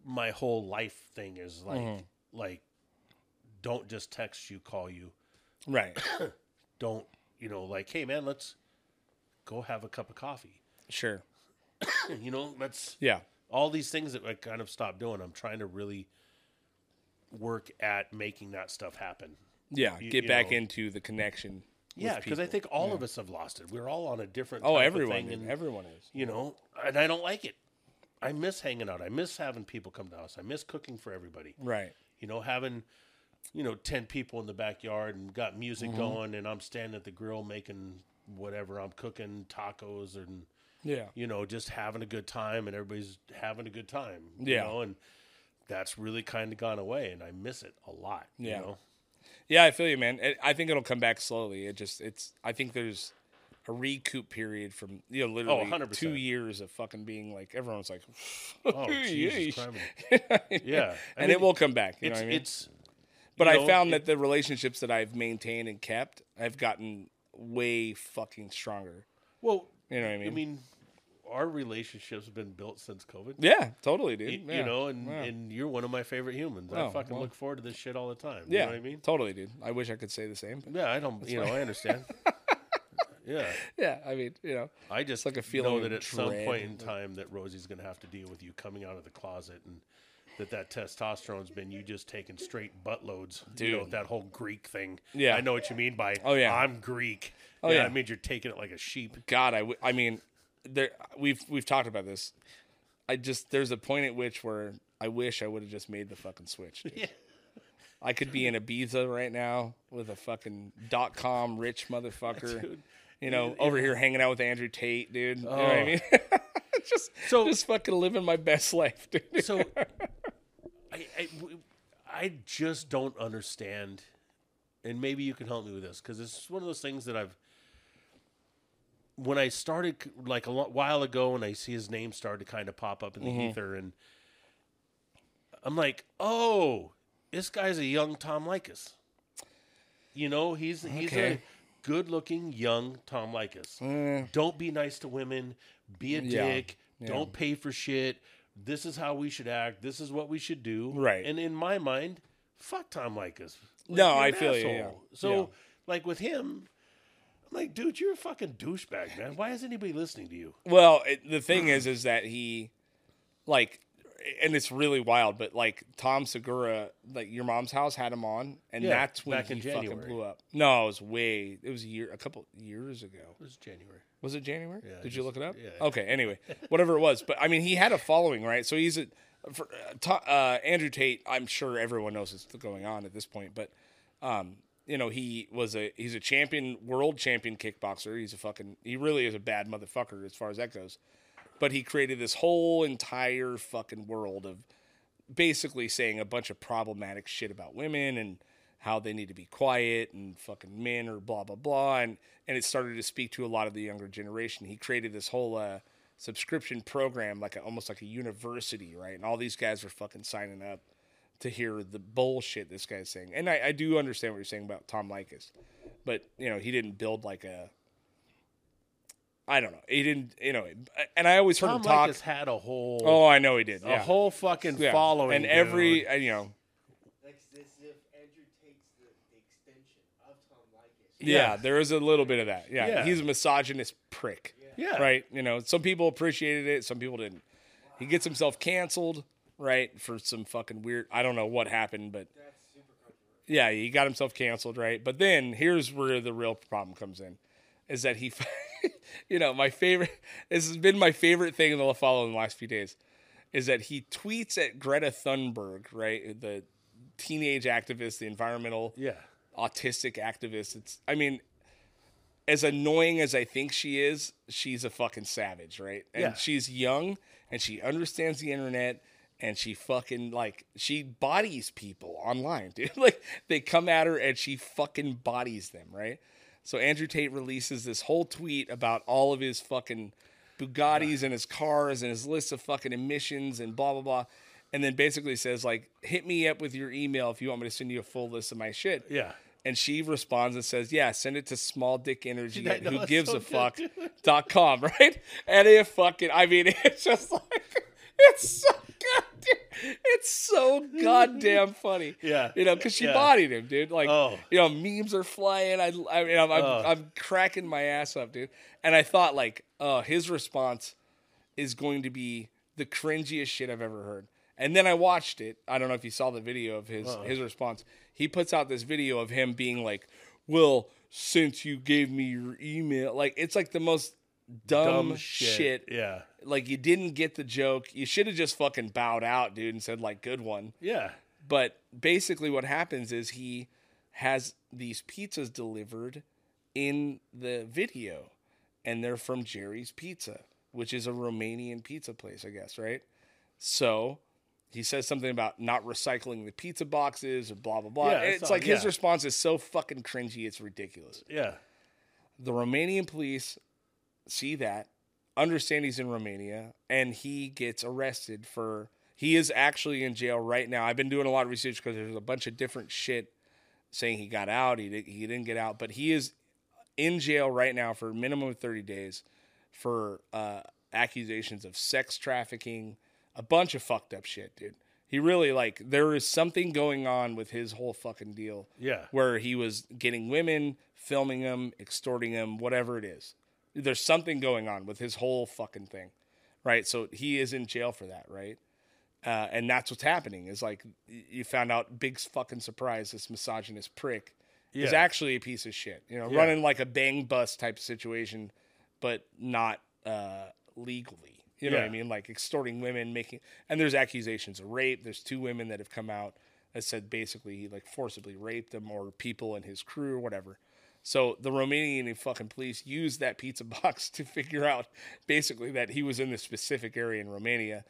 S2: my whole life thing is like like don't just text you call you
S1: Right.
S2: don't you know like hey man let's go have a cup of coffee
S1: Sure.
S2: you know let's
S1: Yeah.
S2: all these things that i kind of stopped doing i'm trying to really work at making that stuff happen
S1: Yeah. Get
S2: you
S1: back
S2: know.
S1: into the connection. with
S2: yeah because i
S1: people.
S2: think all of us have lost it we're all on a different
S1: oh
S2: type of
S1: everyone
S2: thing,
S1: did.
S2: and-
S1: everyone is.
S2: you know, and I don't like it. I miss hanging out. I miss having people come to us. I miss cooking for everybody.
S1: Right.
S2: You know, having you know ten people in the backyard and got music
S1: Mm-hmm.
S2: going, and I'm standing at the grill making whatever I'm cooking tacos and
S1: Yeah.
S2: you know just having a good time, and everybody's having a good time.
S1: Yeah.
S2: You know, and that's really kind of gone away, and I miss it a lot.
S1: Yeah.
S2: You know?
S1: Yeah, I feel you, man. I- I think it'll come back slowly. It just, it's. I think there's a recoup period from you know literally
S2: 100%.
S1: two years of fucking being like everyone's like,
S2: Oh,
S1: yeesh.
S2: Jesus Christ. Yeah. I
S1: and
S2: mean,
S1: it will come back. You know
S2: It's
S1: what I mean?
S2: it's
S1: But
S2: you
S1: I
S2: know,
S1: found
S2: it-
S1: that the relationships that I've maintained and kept, I've gotten way fucking stronger.
S2: Well,
S1: You know what I mean?
S2: I mean, our relationship's been built since COVID.
S1: Yeah, totally, dude.
S2: Y- You,
S1: Yeah.
S2: know, and,
S1: Yeah.
S2: and you're one of my favorite humans.
S1: Oh,
S2: I fucking
S1: well.
S2: look forward to this shit all the time.
S1: yeah,
S2: You know what I mean?
S1: totally, dude. I wish I could say the same. But
S2: Yeah, I don't. You know, I understand. yeah,
S1: yeah, I mean, you know,
S2: I just
S1: like a feeling
S2: know
S1: of
S2: that at some
S1: dread.
S2: point in time that Rosie's going to have to deal with you coming out of the closet and that that testosterone's been you just taking straight buttloads. You know
S1: Dude.
S2: that whole Greek thing.
S1: Yeah.
S2: I know what you mean by
S1: Oh, yeah.
S2: I'm Greek.
S1: Oh,
S2: yeah,
S1: yeah.
S2: I mean you're taking it like a sheep.
S1: God, I, w- I mean, there we've we've talked about this. I just there's a point at which where I wish I would have just made the fucking switch. Dude. I could be in Ibiza right now with a fucking dot com rich motherfucker.
S2: Dude.
S1: You know, over here hanging out with Andrew Tate, dude. You know what I mean? just
S2: Oh. So-
S1: just fucking living my best life, dude.
S2: So I, I w- I just don't understand, and maybe you can help me with this because it's one of those things that I've. When I started c- like a lo- while ago, and I see his name start to kind of pop up in the
S1: Mm-hmm.
S2: ether, and I'm like, oh, this guy's a young Tom Likas. You know, he's he's a
S1: Okay. Mm.
S2: good-looking young Tom Likas. Don't be nice to women. Be a
S1: Yeah,
S2: dick.
S1: yeah.
S2: Don't pay for shit. This is how we should act. This is what we should do.
S1: Right.
S2: And in my mind, fuck Tom Likas. Like,
S1: No,
S2: you're
S1: I
S2: an
S1: feel you,
S2: asshole.
S1: yeah.
S2: So,
S1: Yeah.
S2: like with him, I'm like, dude, you're a fucking douchebag, man. Why is anybody listening to you?
S1: Well, it, the thing
S2: Mm-hmm.
S1: is, is that he, like, and it's really wild, but like Tom Segura, like your mom's house had him on, and
S2: Yeah,
S1: that's when
S2: back
S1: he
S2: in
S1: fucking
S2: January.
S1: blew up. No, it was way, it was a year, a couple years ago.
S2: It was January.
S1: Was it January?
S2: I
S1: Did you look
S2: just-
S1: it up?
S2: yeah.
S1: Okay. Anyway, whatever it was, but I mean, he had a following, right? So he's a, for, uh, Ta- uh, Andrew Tate. I'm sure everyone knows what's going on at this point, but, um, you know, he was a he's a champion, world champion kickboxer. He's a fucking he really is a bad motherfucker as far as that goes. But he created this whole entire fucking world of basically saying a bunch of problematic shit about women and how they need to be quiet and fucking men or blah blah blah and and it started to speak to a lot of the younger generation. He created this whole uh, subscription program like a, almost like a university, right? And all these guys were fucking signing up to hear the bullshit this guy's saying. And I, I do understand what you're saying about Tom Likas, but you know he didn't build like a. I don't know. He didn't, you know, and I always heard
S2: Tom
S1: him talk.
S2: Likas had a whole
S1: Oh, I know he did.
S2: a
S1: yeah.
S2: whole fucking
S1: Yeah.
S2: following.
S1: and
S2: dude.
S1: every uh, you know
S4: Like as if Andrew takes the, the extension of Tom Likas.
S1: yeah,
S2: Yeah.
S1: there is a little bit of that yeah,
S2: Yeah.
S1: he's a misogynist prick
S2: yeah,
S1: right you know some people appreciated it some people didn't he gets himself canceled right for some fucking weird i don't know what happened but
S4: That's super controversial.
S1: yeah he got himself canceled right but then here's where the real problem comes in is that he you know my favorite this has been my favorite thing in the follow in the last few days is that he tweets at greta thunberg right the teenage activist the environmental
S2: Yeah,
S1: autistic activist. It's I mean, as annoying as I think she is, she's a fucking savage, right? And
S2: Yeah.
S1: she's young and she understands the internet and she fucking like she bodies people online, dude. Like they come at her and she fucking bodies them, right? So Andrew Tate releases this whole tweet about all of his fucking Bugattis and his cars and his list of fucking emissions and blah blah blah. And then basically says like, hit me up with your email if you want me to send you a full list of my shit.
S2: yeah.
S1: And she responds and says, "Yeah, send it to small dick energy
S2: I
S1: at
S2: know,
S1: who
S2: it's
S1: gives
S2: so
S1: a fuck
S2: good,
S1: dot com, right? And it fucking, I mean, it's just like it's so goddamn, it's so goddamn funny,
S2: Yeah.
S1: You know, because she
S2: Yeah.
S1: bodied him, dude. Like,
S2: Oh.
S1: you know, memes are flying. I, I mean, I'm, I'm,
S2: Oh.
S1: I'm cracking my ass up, dude. And I thought, like, oh, his response is going to be the cringiest shit I've ever heard. And then I watched it. I don't know if you saw the video of his his response. He puts out this video of him being like, "Well, since you gave me your email, like it's like the most dumb, shit.
S2: Yeah,
S1: Like you didn't get the joke. You should have just fucking bowed out, dude, and said like, "Good one."
S2: yeah.
S1: But basically, what happens is he has these pizzas delivered in the video, and they're from Jerry's Pizza, which is a Romanian pizza place, I guess, right? So he says something about not recycling the pizza boxes and blah, blah, blah.
S2: Yeah, I
S1: it's
S2: saw-
S1: like his
S2: yeah.
S1: response is so fucking cringy, it's ridiculous.
S2: Yeah.
S1: The Romanian police see that, understand he's in Romania, and he gets arrested for. He is actually in jail right now. I've been doing a lot of research because there's a bunch of different shit saying he got out. He did, he didn't get out, but he is in jail right now for a minimum of 30 days for uh, accusations of sex trafficking, a bunch of fucked up shit, dude. He really like there is something going on with his whole fucking deal.
S2: Yeah.
S1: Where he was getting women, filming them, extorting them, whatever it is. There's something going on with his whole fucking thing. Right? So he is in jail for that, right? uh, and that's what's happening is like y- you found out big fucking surprise this misogynist prick is
S2: Yeah.
S1: actually a piece of shit you know running like a bang bus type situation but not uh, legally you know what i
S2: Yeah.
S1: mean like extorting women making and there's accusations of rape there's two women that have come out that said basically he like forcibly raped them or people in his crew or whatever so the Romanian and fucking police used that pizza box to figure out basically that he was in this specific area in Romania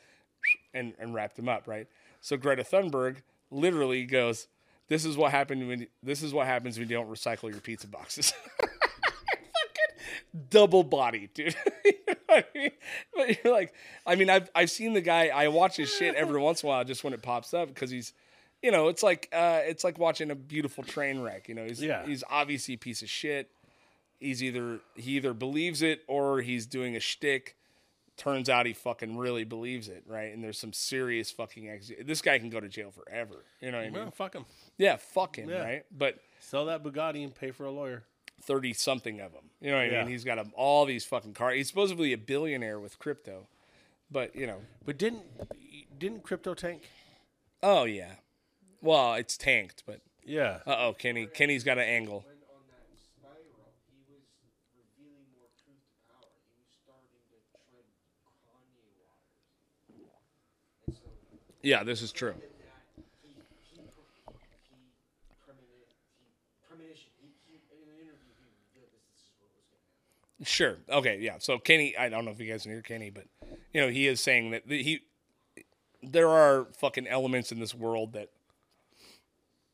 S1: and, and wrapped him up, right? So Greta Thunberg literally goes, This is what happened when this is what happens when you don't recycle your pizza boxes. Fucking double body, dude. You know what I mean? But you're like, I mean, I've I've seen the guy, I watch his shit every once in a while just when it pops up because he's you know, it's like uh, it's like watching a beautiful train wreck. You know, he's
S2: Yeah.
S1: he's obviously a piece of shit. He's either he either believes it or he's doing a shtick. Turns out he fucking really believes it, right? And there's some serious fucking. Ex- this guy can go to jail forever. You know what I mean?
S2: Well, fuck him.
S1: Yeah, fuck him,
S2: Yeah.
S1: right? But
S2: Sell that Bugatti and pay for a lawyer.
S1: thirty something of them. You know what I
S2: Yeah.
S1: mean? He's got 'em- all these fucking cars. He's supposedly a billionaire with crypto, but you know,
S2: But didn't didn't crypto tank?
S1: oh yeah. Well, it's tanked, but
S2: Yeah.
S1: uh oh, Kenny. Kenny's got an angle.
S4: went on that spiral, he was revealing more truth to power. He was starting to tread Kanye waters. And so
S1: Yeah, this is true.
S4: did that. He he pre- he premoni he premonition. He, he in an interview he revealed this. This is what was going to happen.
S1: Sure. Okay. Yeah. So Kenny, I don't know if you guys hear Kenny, but you know he is saying that the, he there are fucking elements in this world that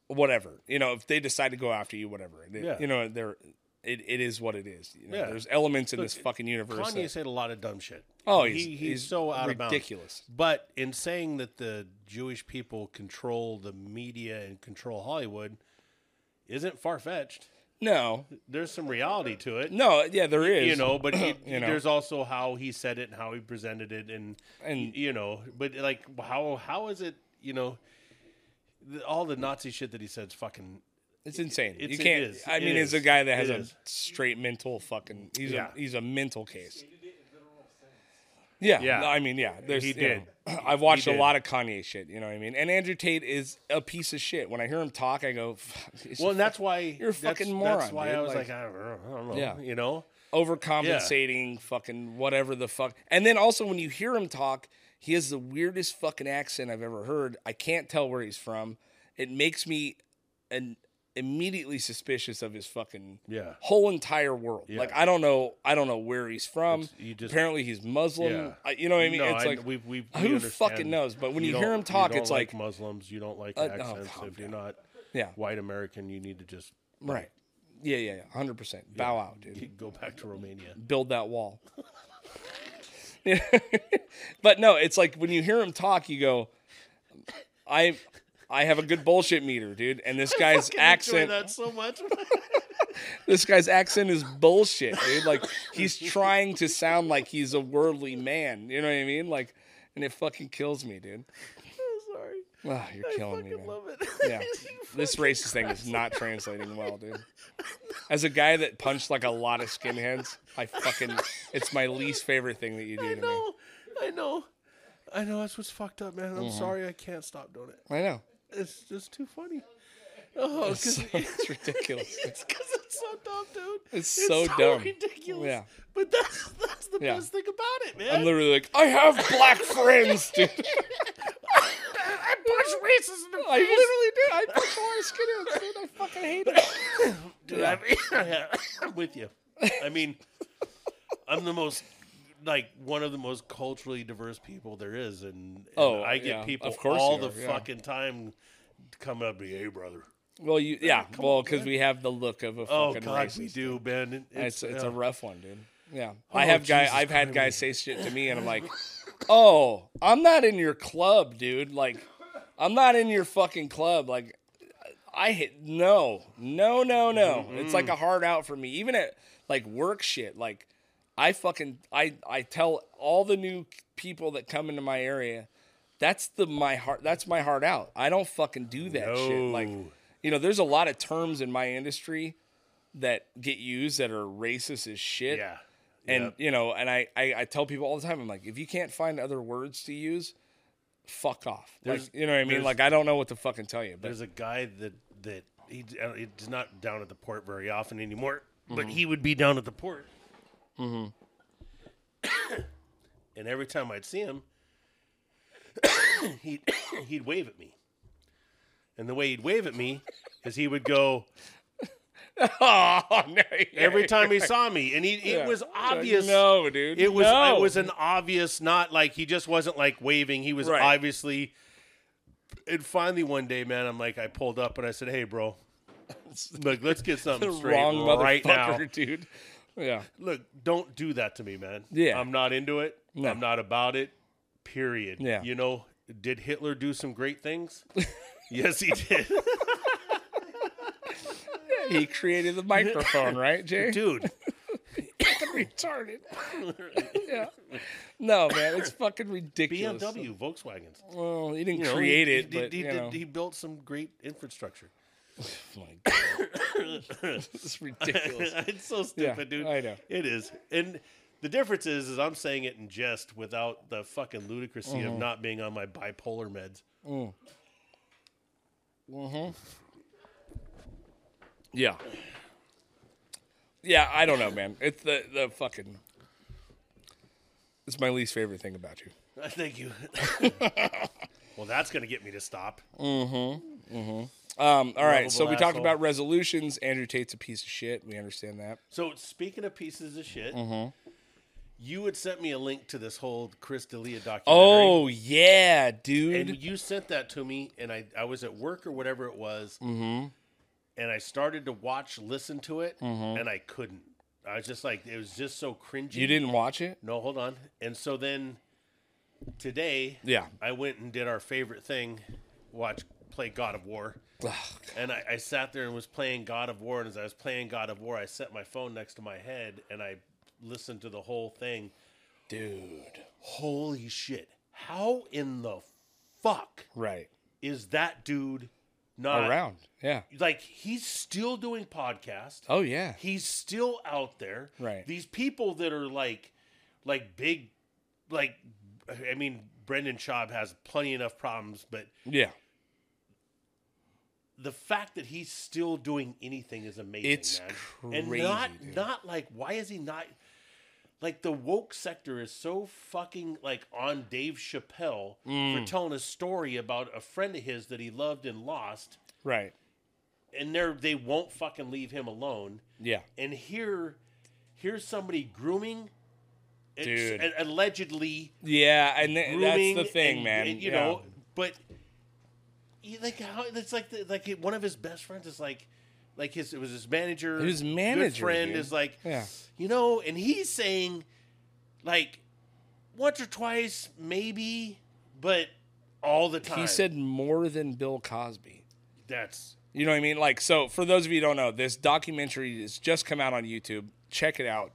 S1: whatever you know if they decide to go after you, whatever They-
S2: Yeah.
S1: you know they're it, it is what it is. You know,
S2: Yeah.
S1: There's elements in
S2: Look,
S1: this fucking universe.
S2: Kanye
S1: That,
S2: said a lot of dumb shit.
S1: oh, he's,
S2: He-
S1: he's
S2: so out of bounds.
S1: ridiculous.
S2: But in saying that the Jewish people control the media and control Hollywood isn't far fetched.
S1: No,
S2: There's some reality to it.
S1: no, yeah, there is.
S2: You know, but he,
S1: You know.
S2: there's also how he said it and how he presented it, and
S1: And-
S2: you know, but like how how is it? You know, the, all the Nazi shit that he said is fucking
S1: it's insane.
S2: it's-
S1: you
S2: it
S1: can't.
S2: is.
S1: I
S2: It
S1: mean,
S2: is.
S1: it's a guy that
S2: It
S1: has a
S2: is.
S1: straight mental fucking. He's
S2: Yeah.
S1: a he's a mental case.
S4: He did it in literal sense.
S1: Yeah,
S2: Yeah.
S1: no, I mean, yeah. There's,
S2: He
S1: you
S2: did.
S1: know, I've watched
S2: He
S1: a
S2: did.
S1: lot of Kanye shit. You know what I mean? And Andrew Tate is a piece of shit. When I hear him talk, I go, "Fuck, it's
S2: Well,
S1: just
S2: and that's why
S1: You're a
S2: that's-
S1: fucking
S2: That's
S1: moron,
S2: why
S1: dude.
S2: I was
S1: Like-
S2: like, I, don't know, I don't know.
S1: Yeah.
S2: You know,
S1: overcompensating, fucking whatever the fuck. And then also when you hear him talk, he has the weirdest fucking accent I've ever heard. I can't tell where he's from. It makes me an immediately suspicious of his fucking
S2: Yeah.
S1: whole entire world. Like I don't know, I don't know where he's from.
S2: It's- you just-
S1: Apparently he's Muslim.
S2: Yeah.
S1: I, you know what I mean?
S2: No,
S1: it's
S2: I-
S1: like
S2: we- we- we
S1: who fucking
S2: understand.
S1: knows. But when you,
S2: don't-
S1: hear him talk,
S2: don't
S1: it's like,
S2: Muslims. You don't like
S1: Uh, oh,
S2: accents.
S1: calm
S2: if you're not
S1: yeah,
S2: white American, you need to just
S1: right, yeah, yeah, yeah, hundred percent. Bow out, dude.
S2: go back to Romania.
S1: build that wall. Yeah. but no, it's like when you hear him talk, you go, I I have a good bullshit meter, dude. And this guy's accent
S2: that so much.
S1: this guy's accent is bullshit, dude. Like he's trying to sound like he's a worldly man. You know what I mean? Like and it fucking kills me, dude.
S2: Sorry,
S1: Oh, you're killing me, man.
S2: it.
S1: Yeah. this racist thing is not translating well, dude. As a guy that punched like a lot of skinheads, I fucking it's my least favorite thing that you do to me.
S2: I know, I know. That's what's fucked up, man. I'm
S1: Mm-hmm.
S2: sorry. I can't stop doing it.
S1: I know.
S2: It's just too funny. Oh, because
S1: it's ridiculous.
S2: It's because it's so dumb, dude.
S1: It's so dumb.
S2: ridiculous.
S1: Yeah.
S2: But that's that's the
S1: Yeah.
S2: best thing about it, man.
S1: I'm literally like, I have black friends, dude.
S2: I push races in the
S1: I literally do. I push more skinheads, dude. I fucking hate it.
S2: Dude, I mean, I'm with you. I mean, I'm the most like one of the most culturally diverse people there is, and, and
S1: Oh,
S2: I get
S1: yeah.
S2: people
S1: Of course
S2: all
S1: you
S2: the
S1: are, yeah.
S2: fucking time coming up to me, hey, brother.
S1: Well, you, yeah. Well, because we have the look of a
S2: Oh
S1: fucking
S2: God,
S1: racist.
S2: we do, man. It- uh,
S1: It's, it's a
S2: yeah.
S1: rough one, dude. Yeah, I
S2: Oh,
S1: have guy.
S2: Jesus
S1: I've had
S2: Christ.
S1: guys say shit to me, and I'm like, "Oh, I'm not in your club, dude. Like, I'm not in your fucking club. Like, I hit
S2: Mm-hmm.
S1: no, no, no, no. It's like a hard out for me. Even at like work shit, like I fucking I I tell all the new people that come into my area, that's the my heart that's my heart out. I don't fucking do that shit. Like
S2: No.
S1: you know, there's a lot of terms in my industry that get used that are racist as shit.
S2: Yeah.
S1: And
S2: Yep.
S1: you know, and I, I I tell people all the time, I'm like, if you can't find other words to use, fuck off.
S2: There's-
S1: like, you know what I mean?
S2: there's-
S1: Like I don't know what to fucking tell you. But
S2: There's a guy that that he uh, he's not down at the port very often anymore, but he would be down at the port. Mm-hmm. and every time I'd see him, he'd he'd wave at me. And the way he'd wave at me is he would go
S1: oh, no,
S2: every time he saw me, and he it was obvious.
S1: No, dude.
S2: It was
S1: No.
S2: it was an obvious not like he just wasn't like waving. He was
S1: Right.
S2: obviously and finally one day, man, I'm like I pulled up and I said, "Hey, bro, look, let's get something
S1: the
S2: straight
S1: wrong
S2: right now.
S1: motherfucker, dude. Yeah.
S2: Look, don't do that to me, man.
S1: Yeah.
S2: I'm not into it.
S1: No.
S2: I'm not about it. Period.
S1: Yeah.
S2: you know, did Hitler do some great things? yes, he did,
S1: He created the microphone, right, Jay?
S2: dude.
S1: retarded. yeah. No, man, it's fucking ridiculous.
S2: BMW, Volkswagens.
S1: Well, he didn't
S2: You know, he-
S1: create
S2: he
S1: it,
S2: did-
S1: but
S2: he
S1: you
S2: did-
S1: know.
S2: he built some great infrastructure.
S1: Oh my God. this is ridiculous.
S2: it's so stupid,
S1: Yeah,
S2: dude.
S1: I know.
S2: It is. And the difference is is I'm saying it in jest without the fucking ludicrousy
S1: Mm-hmm.
S2: of not being on my bipolar meds.
S1: Yeah. Yeah, I don't know, man. It's the the fucking. It's my least favorite thing about you.
S2: Thank you. well, that's going to get me to stop.
S1: Um, all right, so we
S2: Lovable
S1: talked
S2: asshole.
S1: about resolutions. Andrew Tate's a piece of shit. We understand that.
S2: So, speaking of pieces of shit,
S1: Mm-hmm.
S2: you had sent me a link to this whole Chris D'Elia documentary.
S1: Oh yeah,
S2: And
S1: dude.
S2: you sent that to me, and I, I was at work or whatever it was,
S1: Mm-hmm.
S2: and I started to watch, listen to it, and I couldn't. I was just like, it was just so cringy.
S1: Mm-hmm. You didn't watch it?
S2: No, hold on. And so then today,
S1: Yeah.
S2: I went and did our favorite thing, watch play God of War.
S1: Ugh.
S2: And I, I sat there and was playing God of War. And as I was playing God of War, I set my phone next to my head and I listened to the whole thing.
S1: Dude.
S2: Holy shit! How in the fuck
S1: Right.
S2: is that dude not
S1: Around. Yeah.
S2: Like he's still doing podcasts.
S1: Oh yeah.
S2: He's still out there.
S1: Right.
S2: These people that are like, like big, like, I mean, Brendan Schaub has plenty enough problems, but
S1: Yeah.
S2: the fact that he's still doing anything is amazing.
S1: It's
S2: man. and not
S1: crazy, dude.
S2: not like why is he not like the woke sector is so fucking like on Dave Chappelle for
S1: Mm.
S2: telling a story about a friend of his that he loved and lost,
S1: Right.
S2: and they're they won't fucking leave him alone.
S1: Yeah.
S2: and here here's somebody grooming it's-
S1: Dude.
S2: a- allegedly
S1: Yeah, and th-
S2: grooming
S1: that's the thing,
S2: and-
S1: man.
S2: and, you
S1: Yeah.
S2: know but you- like how it's like the, like one of his best friends is like like his it was his manager
S1: His
S2: good
S1: manager,
S2: friend
S1: dude.
S2: is like
S1: Yeah.
S2: you know and he's saying like once or twice maybe but all the time
S1: he said more than Bill Cosby.
S2: that's
S1: You know what I mean? Like, so for those of you who don't know, this documentary has just come out on YouTube. Check it out.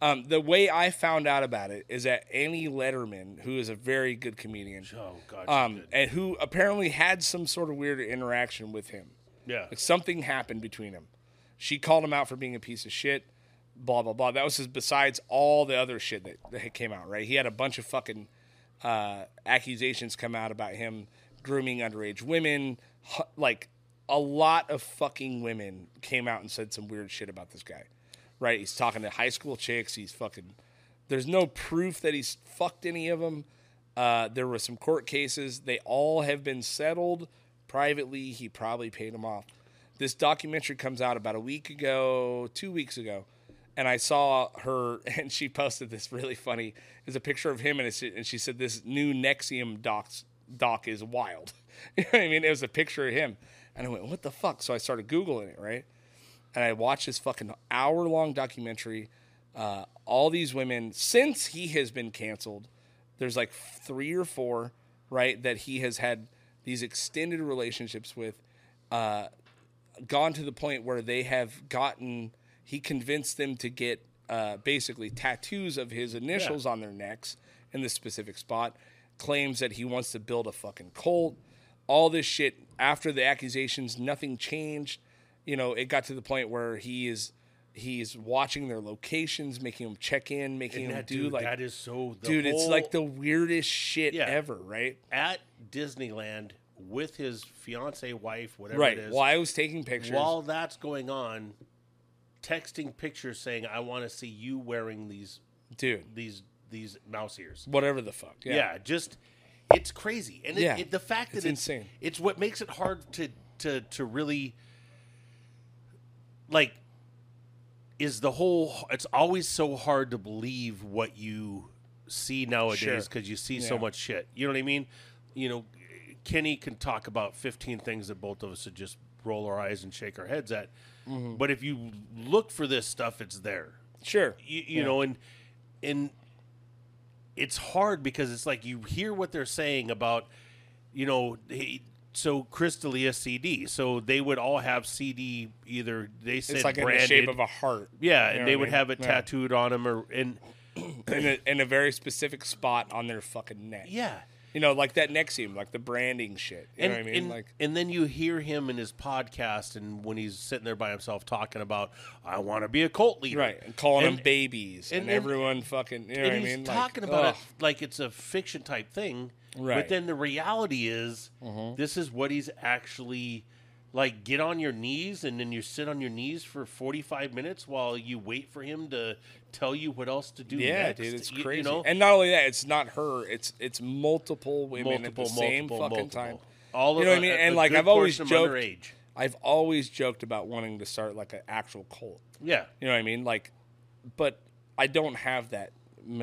S1: Um, the way I found out about it is that Annie Letterman, who is a very good comedian,
S2: oh god she's
S1: um,
S2: good.
S1: and who apparently had some sort of weird interaction with him.
S2: yeah
S1: Like something happened between them. She called him out for being a piece of shit. Blah blah blah. That was his. Besides all the other shit that, that had came out, right? He had a bunch of fucking uh, accusations come out about him grooming underage women. Hu- Like a lot of fucking women came out and said some weird shit about this guy, right? He's talking to high school chicks. He's fucking. There's no proof that he's fucked any of them. Uh, there were some court cases. They all have been settled privately. He probably paid them off. This documentary comes out about a week ago, two weeks ago, and I saw her, and she posted this really funny. It's a picture of him, and, it's, and she said, "This new Nexium doc doc is wild." You know what I mean? It was a picture of him, and I went, "What the fuck?" So I started googling it, right? and I watched this fucking hour long documentary. Uh, all these women since he has been canceled, there's like three or four, right, that he has had these extended relationships with, uh, gone to the point where they have gotten. He convinced them to get uh, basically tattoos of his initials on their necks in this specific spot. Claims that he wants to build a fucking cult. All this shit after the accusations, nothing changed. You know, it got to the point where he is he is watching their locations, making them check in, making
S2: And
S1: them
S2: that
S1: do
S2: dude,
S1: like
S2: that is so. The
S1: dude, it's like the
S2: whole-
S1: weirdest shit
S2: Yeah.
S1: ever, right?
S2: at Disneyland with his fiance, wife, whatever
S1: Right.
S2: it is.
S1: While I was taking pictures,
S2: While that's going on, texting pictures saying, "I want to see you wearing these
S1: dude,
S2: these these mouse ears."
S1: whatever the fuck.
S2: Yeah,
S1: Yeah.
S2: just it's crazy, and it,
S1: Yeah.
S2: it- the fact that
S1: It's
S2: it's,
S1: insane.
S2: It's what makes it hard to to to really like is the whole. It's always so hard to believe what you see nowadays
S1: Sure.
S2: because you see so
S1: Yeah.
S2: much shit. You know what I mean? You know, Kenny can talk about fifteen things that both of us would just roll our eyes and shake our heads at,
S1: Mm-hmm.
S2: but if you look for this stuff, it's there
S1: Sure.
S2: you, you know and and it's hard because it's like you hear what they're saying about you know he, so Crystalia CD so they would all have CD either they said
S1: It's like in
S2: branded
S1: the shape of a heart.
S2: yeah
S1: You know
S2: and they
S1: what I
S2: would
S1: mean?
S2: have it
S1: Yeah.
S2: tattooed on them or and
S1: in a, in a very specific spot on their fucking neck.
S2: yeah
S1: You know, like that Nexium, like the branding shit. You
S2: and,
S1: know what I mean?
S2: and,
S1: like
S2: and then you hear him in his podcast and when he's sitting there by himself talking about I want to be a cult leader
S1: right, and calling
S2: and-
S1: them babies and,
S2: and- and-
S1: everyone fucking. You know what I
S2: and he's
S1: mean? Like,
S2: talking about
S1: ugh.
S2: it like it's a fiction type thing.
S1: Right. Mm-hmm.
S2: But then the reality is, this is what he's actually like. Get on your knees, and then you sit on your knees for forty-five minutes while you wait for him to tell you what else to do.
S1: Yeah,
S2: next.
S1: dude, it's
S2: You- you
S1: crazy.
S2: know?
S1: And not only that, it's not her. It's it's multiple women at the
S2: multiple,
S1: same
S2: multiple,
S1: fucking
S2: multiple.
S1: time.
S2: All of
S1: you know what I
S2: a-
S1: mean?
S2: a- a
S1: And like
S2: good
S1: I've always
S2: portion of
S1: joked,
S2: them underage.
S1: I've always joked about wanting to start like an actual cult.
S2: Yeah.
S1: You know what I mean? Like, but I don't have that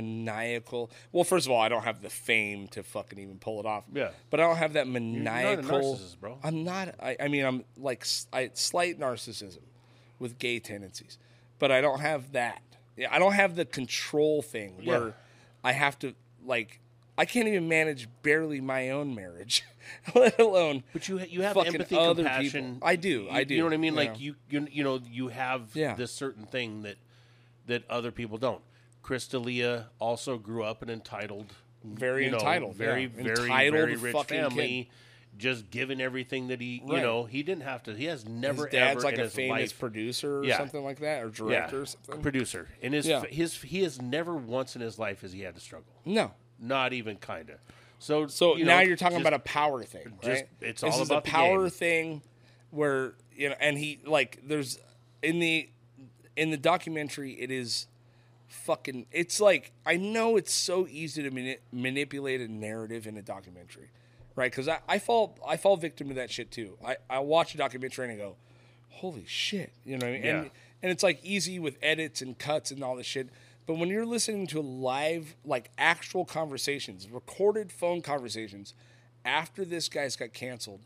S1: maniacal. Well, first of all, I don't have the fame to fucking even pull it off.
S2: Yeah.
S1: But I don't have that
S2: not a
S1: maniacal.
S2: narcissist, bro.
S1: I'm not. I, I mean, I'm like s- I, slight narcissism with gay tendencies, but I don't have that. Yeah, I don't have the control thing where I have to like. I can't even manage barely my own marriage, let alone.
S2: But you you have
S1: fucking
S2: empathy,
S1: other
S2: compassion.
S1: people. I do,
S2: You-
S1: I do,
S2: You know what I mean?
S1: you
S2: like
S1: know.
S2: you, you you know you have
S1: Yeah.
S2: this certain thing that that other people don't. Crystalia also grew up an entitled,
S1: Very
S2: you know,
S1: entitled,
S2: very
S1: yeah.
S2: very
S1: Entitled
S2: very rich
S1: fucking
S2: family. Just given everything that he, you
S1: Right.
S2: know, he didn't have to. He has
S1: His
S2: never
S1: dad's
S2: ever
S1: like
S2: in
S1: a
S2: his
S1: famous
S2: life,
S1: producer or
S2: Yeah.
S1: something like that, or
S2: yeah,
S1: director or something.
S2: producer. And his
S1: Yeah.
S2: his he has never once in his life has he had to struggle.
S1: no,
S2: Not even kinda. So
S1: So
S2: you
S1: now
S2: know,
S1: you're talking
S2: just-
S1: about a power thing,
S2: just-
S1: right?
S2: it's
S1: this
S2: all
S1: is a
S2: about the
S1: power
S2: game.
S1: thing where you know, and he like there's in the in the documentary it is fucking it's like I know it's so easy to mani- manipulate a narrative in a documentary, right? Because I, I fall I fall victim to that shit too. I I watch a documentary and I go, holy shit, you know, what I mean? and
S2: Yeah.
S1: and it's like easy with edits and cuts and all this shit. But when you're listening to live, like actual conversations, recorded phone conversations, after this guy's got canceled,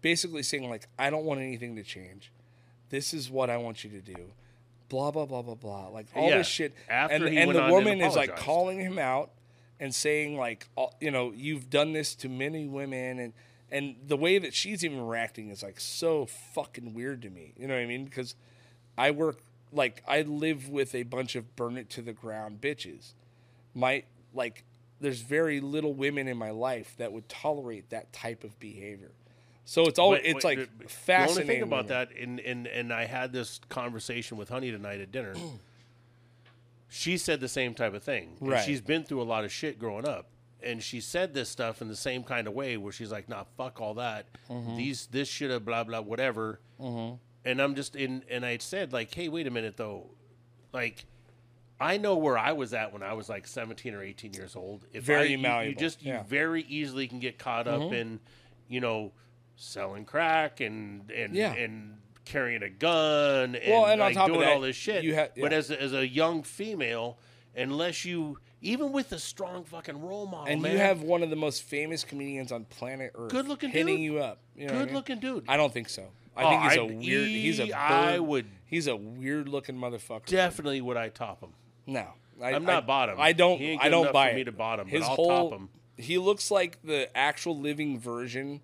S1: basically saying like, "I don't want anything to change. This is what I want you to do." Blah blah blah blah blah. Like all
S2: Yeah.
S1: this shit.
S2: After
S1: and
S2: he
S1: and
S2: went
S1: the
S2: on and
S1: woman is like
S2: apologized.
S1: calling him out and saying like, all- you know, you've done this to many women and. And the way that she's even reacting is like so fucking weird to me. You know what I mean? Because I work like I live with a bunch of burn it to the ground bitches. My like there's very little women in my life that would tolerate that type of behavior. So it's all
S2: But-
S1: it's
S2: but
S1: like
S2: the-
S1: fascinating.
S2: The only thing
S1: to
S2: about
S1: me.
S2: that, and, and and I had this conversation with Honey tonight at dinner. she said the same type of thing. And
S1: Right.
S2: she's been through a lot of shit growing up, and she said this stuff in the same kind of way where she's like, "Nah, fuck all that.
S1: Mm-hmm.
S2: These this should have blah blah whatever." And I'm just in, and I said like, "Hey, wait a minute though, like." I know where I was at when I was like 17 or 18 years old. If
S1: Very
S2: I, you- you,
S1: malleable,
S2: just
S1: yeah.
S2: you very easily can get caught up
S1: Mm-hmm.
S2: in, you know, selling crack and and
S1: Yeah.
S2: and carrying a gun and,
S1: Well, and on
S2: like
S1: top of
S2: doing
S1: that,
S2: all this shit.
S1: you ha-
S2: But
S1: yeah.
S2: as a, as a young female, unless you even with a strong fucking role model,
S1: and
S2: Oh, man,
S1: you have one of the most famous comedians on planet Earth
S2: Good-looking
S1: hitting
S2: dude.
S1: you up. You know what I
S2: good
S1: mean?
S2: looking dude.
S1: I don't think so. I
S2: Oh,
S1: think he's a
S2: I'd-
S1: weird he's a
S2: ee,
S1: bird,
S2: I would-
S1: he's a weird looking motherfucker.
S2: Definitely would I top him.
S1: No, I,
S2: I'm not
S1: I-
S2: bottom.
S1: I don't.
S2: He ain't
S1: I
S2: good
S1: don't
S2: enough
S1: buy
S2: for
S1: it.
S2: me to bottom, but
S1: His
S2: I'll top
S1: whole,
S2: him.
S1: He looks like the actual living version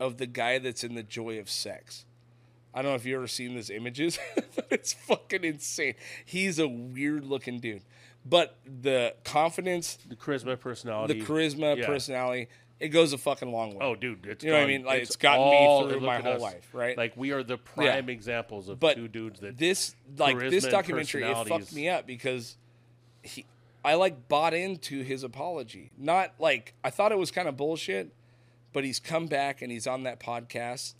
S1: of the guy that's in the Joy of Sex. I don't know if you've ever seen these images, but it's fucking insane. He's a weird looking dude. But the confidence,
S2: The charisma,
S1: the
S2: personality,
S1: charisma,
S2: yeah.
S1: personality, it goes a fucking long way.
S2: Oh, dude, it's
S1: You know what I
S2: gone-
S1: mean? Like, it's gotten me
S2: all-
S1: through
S2: look
S1: my
S2: at
S1: whole
S2: us.
S1: life, right?
S2: Like we are the prime examples of
S1: but
S2: two dudes that
S1: this like this
S2: charisma and
S1: documentary it fucked
S2: personalities-
S1: me up because he I like bought into his apology. Not like I thought it was kind of bullshit, but he's come back and he's on that podcast,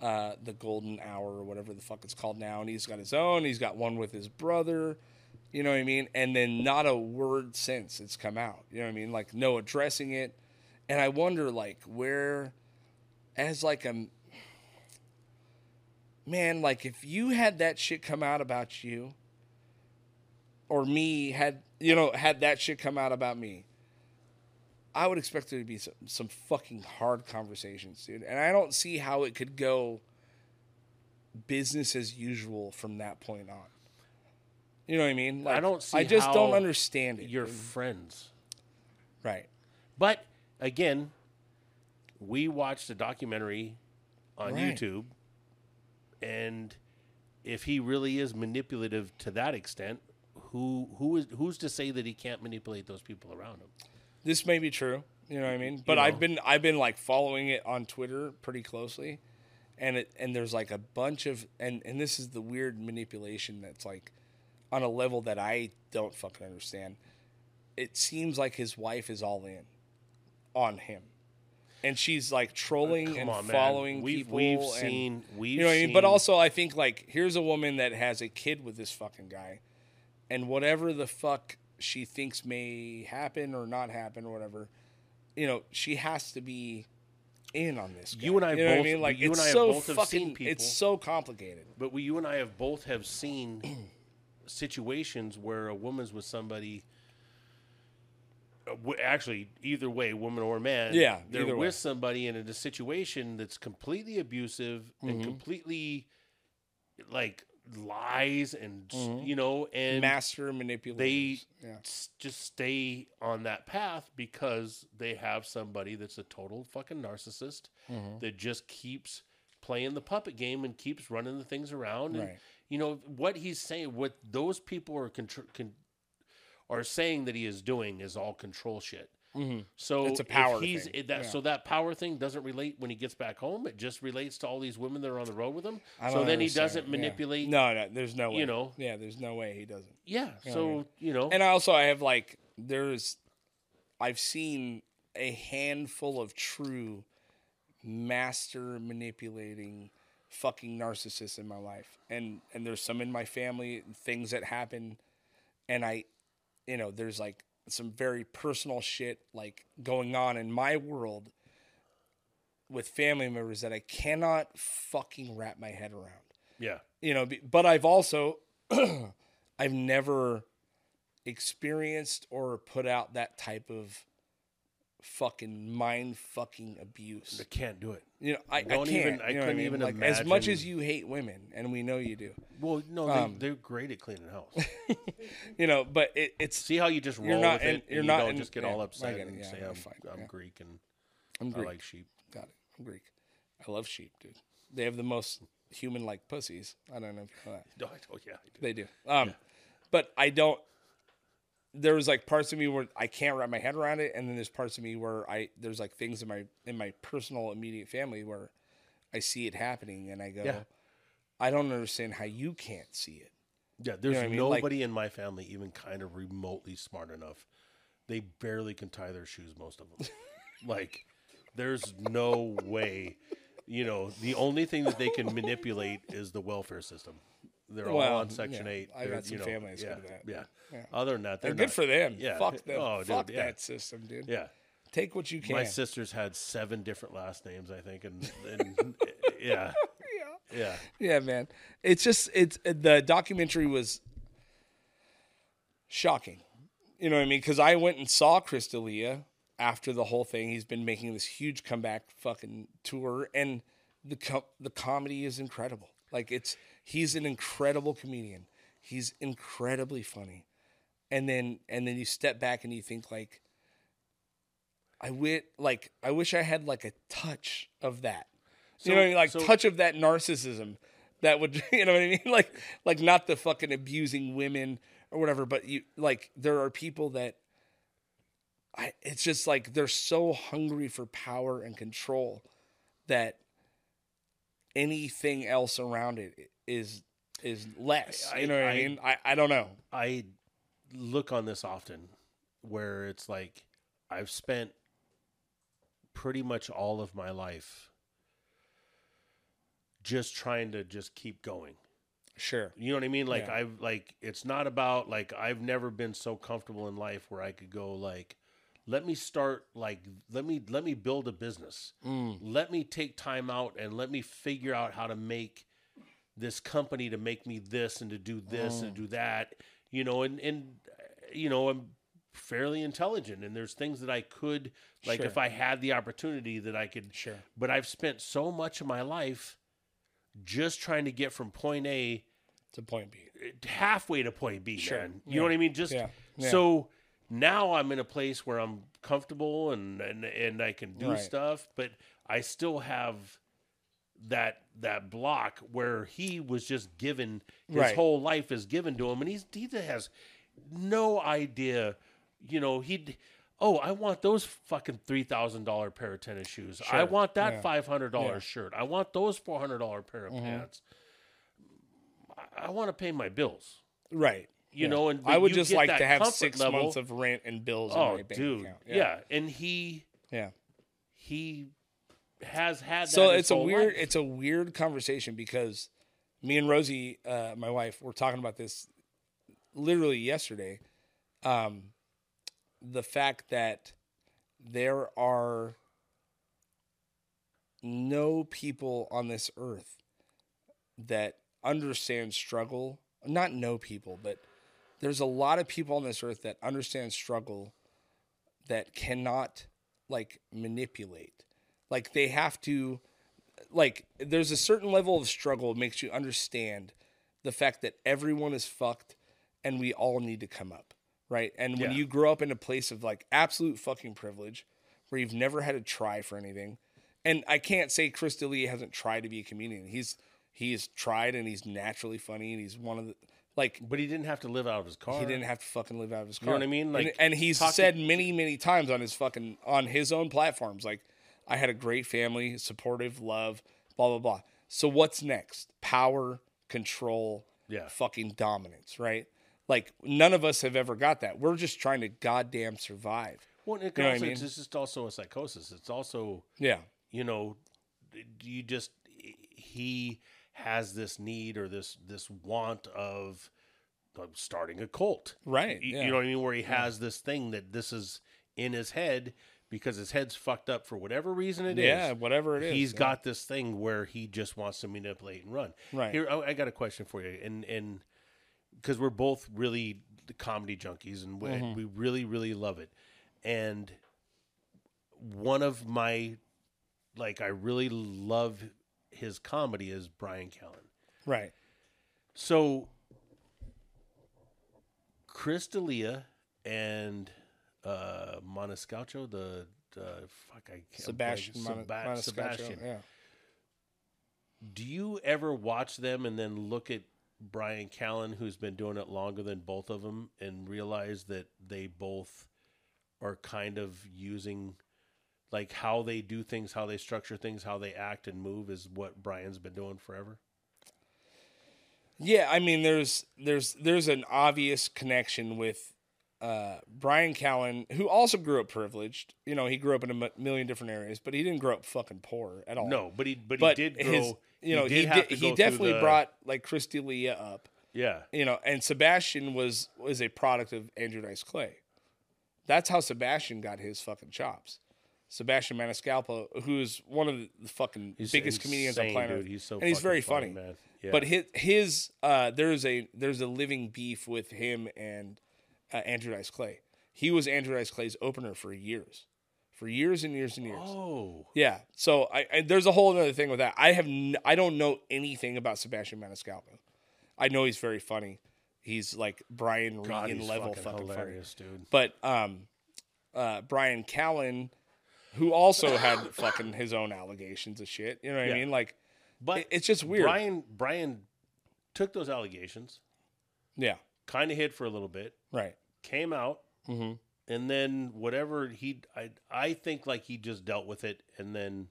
S1: uh, the Golden Hour or whatever the fuck it's called now, and he's got his own. He's got one with his brother. You know what I mean? And then not a word since it's come out. You know what I mean? Like no addressing it. And I wonder like where as like a man, like if you had that shit come out about you, or me had you know had that shit come out about me, I would expect there to be some, some fucking hard conversations, dude. And I don't see how it could go business as usual from that point on. You know what I mean? Like,
S2: I don't see
S1: I just
S2: how
S1: don't understand it.
S2: you're friends.
S1: right.
S2: But again, we watched a documentary on
S1: Right.
S2: YouTube, and if he really is manipulative to that extent, who who is who's to say that he can't manipulate those people around him?
S1: this may be true. You know what I mean? But I've been I've been like following it on Twitter pretty closely, and it and there's like a bunch of and and this is the weird manipulation that's like on a level that I don't fucking understand. It seems like his wife is all in on him, and she's like trolling
S2: Come
S1: and
S2: on, man.
S1: following
S2: We've-
S1: people.
S2: we've
S1: and-
S2: seen- we've
S1: you know what I mean. But
S2: seen-
S1: also, I think like here's a woman that has a kid with this fucking guy, and whatever the fuck she thinks may happen or not happen or whatever, you know, she has to be in on this.
S2: You
S1: guy.
S2: and I
S1: know what
S2: both-
S1: mean, like
S2: you
S1: it's
S2: and I
S1: so
S2: both have
S1: fucking.
S2: seen people-
S1: It's so complicated.
S2: But we, you and I have both have seen situations where a woman's with somebody. uh, w- Actually, either way, woman or man,
S1: Yeah,
S2: they're
S1: either
S2: with
S1: way.
S2: somebody and in a situation that's completely abusive
S1: Mm-hmm.
S2: and completely like lies and s-
S1: Mm-hmm.
S2: you know and
S1: Master manipulators.
S2: they
S1: yeah.
S2: s- just stay on that path because they have somebody that's a total fucking narcissist
S1: Mm-hmm.
S2: that just keeps playing the puppet game and keeps running the things around. And,
S1: Right.
S2: You know what he's saying, what those people are contr- con- are saying that he is doing is all control shit. So
S1: Mm-hmm. It's a
S2: if
S1: power
S2: he's,
S1: thing.
S2: it- that, So that power thing doesn't relate when he gets back home. It just relates to all these women that are on the road with him.
S1: I
S2: So
S1: don't
S2: then he
S1: understand
S2: doesn't
S1: it. Yeah.
S2: manipulate.
S1: No, no, there's no way.
S2: you know.
S1: Yeah, there's no way he doesn't.
S2: Yeah. So you know.
S1: And I also I have like there's I've seen a handful of true master manipulating fucking narcissists in my life. And and there's some in my family, things that happen and I you know, there's like some very personal shit like going on in my world with family members that I cannot fucking wrap my head around
S2: yeah.
S1: you know be- but i've also i've never experienced or put out that type of fucking mind fucking abuse
S2: They can't do it.
S1: you know i, I
S2: Don't
S1: can't
S2: even- I
S1: you know what
S2: couldn't
S1: mean?
S2: even
S1: like, as much
S2: imagine-
S1: as you hate women and we know you do
S2: Well, no,
S1: Um,
S2: they, they're great at cleaning house.
S1: you know but it, it's
S2: See how you just roll
S1: You're not
S2: with
S1: in-
S2: it, and
S1: you're
S2: you
S1: not
S2: don't
S1: in-
S2: just get
S1: yeah,
S2: all
S1: I
S2: upset
S1: get it,
S2: and
S1: yeah,
S2: say
S1: I'm
S2: I'm,
S1: fine,
S2: I'm
S1: yeah.
S2: Greek and
S1: i'm greek
S2: I like sheep.
S1: got it i'm greek i love sheep dude they have the most human like pussies i don't know if you know that
S2: No, I don't- yeah, I do.
S1: They do. Um, but I don't. There was like parts of me where I can't wrap my head around it, and then there's parts of me where I there's like things in my in my personal immediate family where I see it happening, and I go,
S2: Yeah.
S1: I don't understand how you can't see it.
S2: Yeah, there's
S1: what I mean? Like-
S2: nobody in my family even kind of remotely smart enough. They barely can tie their shoes, most of them. like, there's no way. You know, the only thing that they can manipulate is the welfare system. They're
S1: Well,
S2: all on Section
S1: yeah,
S2: Eight.
S1: I've
S2: They're,
S1: got some
S2: you know,
S1: family that's
S2: yeah,
S1: good at that.
S2: Yeah. Other than that, they're
S1: And good
S2: not-
S1: for them.
S2: Yeah.
S1: Fuck them.
S2: Oh, dude,
S1: fuck
S2: yeah.
S1: that system, dude.
S2: Yeah.
S1: Take what you can.
S2: My sister's had seven different last names, I think, and, and yeah, yeah, yeah.
S1: yeah, man. It's just it's the documentary was shocking. You know what I mean? Because I went and saw Chris D'Elia after the whole thing. He's been making this huge comeback fucking tour, and the com- the comedy is incredible. Like it's he's an incredible comedian. He's incredibly funny, and then and then you step back and you think like, I wit like I wish I had like a touch of that. you know, what I mean? like
S2: so-
S1: touch of that narcissism that would you know what I mean? Like like not the fucking abusing women or whatever, but you like there are people that I it's just like they're so hungry for power and control that anything else around it is is less. You know what I,
S2: I-
S1: mean? I, I don't know.
S2: I look on this often where it's like I've spent pretty much all of my life just trying to just keep going.
S1: Sure.
S2: You know what I mean? Like
S1: Yeah.
S2: I've like it's not about like I've never been so comfortable in life where I could go like let me start like let me let me build a business.
S1: Mm.
S2: Let me take time out and let me figure out how to make this company to make me this and to do this
S1: Mm.
S2: and do that. You know, and and uh, you know, I'm fairly intelligent and there's things that I could like
S1: Sure.
S2: if I had the opportunity that I could
S1: Sure.
S2: but I've spent so much of my life just trying to get from point A
S1: To point B.
S2: halfway to point B,
S1: Sure.
S2: man. You
S1: Yeah.
S2: know what I mean? Just
S1: Yeah. Yeah.
S2: so now I'm in a place where I'm comfortable and and, and I can do
S1: Right.
S2: stuff, but I still have that that block where he was just given his
S1: Right.
S2: whole life is given to him, and he's he has no idea. You know he. Oh, I want those fucking three thousand dollar pair of tennis shoes. I
S1: Sure.
S2: want that
S1: Yeah.
S2: five hundred dollar
S1: Yeah. Mm-hmm.
S2: shirt. I want those four hundred dollar pair of pants. I- I want to pay my bills.
S1: Right.
S2: You
S1: Yeah.
S2: know, and
S1: I
S2: but
S1: would
S2: you
S1: just
S2: get
S1: like
S2: that
S1: to have
S2: comfort
S1: six
S2: level.
S1: months of rent and bills. in
S2: oh,
S1: my bank
S2: dude,
S1: account.
S2: yeah. and he
S1: yeah.
S2: he has had that
S1: so
S2: his
S1: it's a
S2: whole
S1: weird
S2: life.
S1: it's a weird conversation because me and Rosie, uh, my wife, were talking about this literally yesterday. Um, the fact that there are no people on this earth that understand struggle. Not no people, but there's a lot of people on this earth that understand struggle that cannot like manipulate. Like they have to like there's a certain level of struggle that makes you understand the fact that everyone is fucked and we all need to come up right and when
S2: Yeah.
S1: you grow up in a place of like absolute fucking privilege where you've never had to try for anything and i can't say chris delee hasn't tried to be a comedian he's he's tried and he's naturally funny and he's one of the like
S2: but he didn't have to live out of his car.
S1: he didn't have to fucking live out of his car.
S2: know what I mean?
S1: And-
S2: Like,
S1: and, he's
S2: talking-
S1: said many, many times on his fucking on his own platforms, like, I had a great family, supportive, love, blah blah blah. So what's next? Power, control,
S2: Yeah.
S1: fucking dominance, right? Like none of us have ever got that. We're just trying to goddamn survive.
S2: Well, it
S1: You know what I
S2: also,
S1: mean?
S2: it's just also a psychosis. It's also
S1: Yeah,
S2: you know, you just he has this need or this this want of of starting a cult.
S1: right.
S2: Y-
S1: Yeah.
S2: You know what I mean? Where he has this thing that this is in his head because his head's fucked up for whatever reason it is.
S1: yeah, whatever it is,
S2: He's
S1: yeah.
S2: got this thing where he just wants to manipulate and run.
S1: Right.
S2: Here, I, I got a question for you, and and because we're both really comedy junkies, and we,
S1: Mm-hmm.
S2: we really really love it, and one of my like I really love his comedy is Brian Callen.
S1: right.
S2: So, Chris D'Elia and uh, Montescalcho, the uh, fuck, I can't
S1: Sebastian, Mon-
S2: Seba-
S1: Montescalcho,
S2: Sebastian.
S1: Yeah.
S2: Do you ever watch them and then look at Brian Callen, who's been doing it longer than both of them, and realize that they both are kind of using like how they do things, how they structure things, how they act and move is what Brian's been doing forever?
S1: Yeah, I mean, there's there's there's an obvious connection with uh, Brian Callen, who also grew up privileged. You know, he grew up in a m- million different areas, but he didn't grow up fucking poor at all.
S2: No, but he but,
S1: but
S2: he did grow.
S1: his, you know, he
S2: did have
S1: did,
S2: to
S1: he
S2: go through
S1: definitely
S2: the-
S1: brought like Christy Leah up.
S2: yeah
S1: You know, and Sebastian was was a product of Andrew Dice Clay. That's how Sebastian got his fucking chops. Sebastian Maniscalco, who's one of the fucking biggest comedians on
S2: insane,
S1: planet,
S2: dude. He's so
S1: and he's
S2: fucking
S1: very
S2: funny,
S1: funny.
S2: man. Yeah.
S1: But his his uh, there's a there's a living beef with him and uh, Andrew Dice Clay. He was Andrew Dice Clay's opener for years, for years and years and years.
S2: Oh,
S1: Yeah. So I, I there's a whole other thing with that. I have n- I don't know anything about Sebastian Maniscalco. I know he's very funny. He's like Brian
S2: God,
S1: Regan
S2: he's
S1: level
S2: fucking,
S1: fucking funny.
S2: hilarious, dude.
S1: But um, uh, Brian Callen, who also had fucking his own allegations of shit. You know what
S2: Yeah.
S1: I mean? Like,
S2: But
S1: It- it's just weird.
S2: Brian Brian took those allegations,
S1: yeah,
S2: kind of hid for a little bit,
S1: right.
S2: came out,
S1: hmm
S2: and then whatever he I I think like he just dealt with it, and then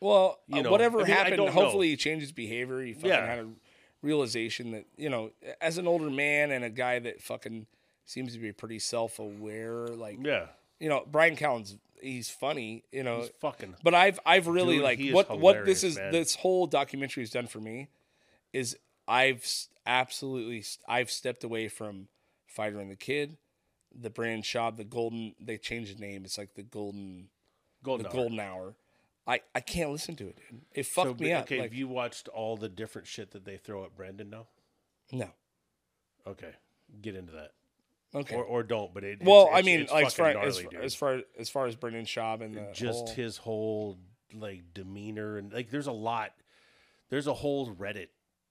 S1: Well,
S2: You
S1: uh,
S2: know,
S1: whatever
S2: I mean, I
S1: happened,
S2: don't know.
S1: hopefully he changed his behavior. He fucking
S2: Yeah.
S1: had a realization that you know, as an older man and a guy that fucking seems to be pretty self-aware, like
S2: yeah,
S1: you know, Brian Callen's he's funny, you know,
S2: he's fucking
S1: but I've I've really
S2: Dude,
S1: like
S2: he is
S1: what what this is
S2: hilarious, man.
S1: this whole documentary has done for me is I've s- absolutely st- I've stepped away from Fighter and the Kid, the brand Shaw, the Golden. They changed the name. It's like the Golden
S2: golden.
S1: the
S2: hour.
S1: Golden Hour. I I can't listen to it. Dude. It
S2: So,
S1: fucked
S2: but-
S1: me up.
S2: Okay,
S1: like,
S2: have you watched all the different shit that they throw at Brandon now?
S1: no.
S2: Okay, get into that,
S1: Okay.
S2: or or don't. But it, it's-
S1: well, I
S2: it's-
S1: mean,
S2: it's
S1: like as far,
S2: fucking
S1: as,
S2: gnarly, dude.
S1: as far as far as Brendan Schaub and the
S2: just
S1: uh, whole-
S2: his whole like demeanor and like there's a lot there's a whole reddit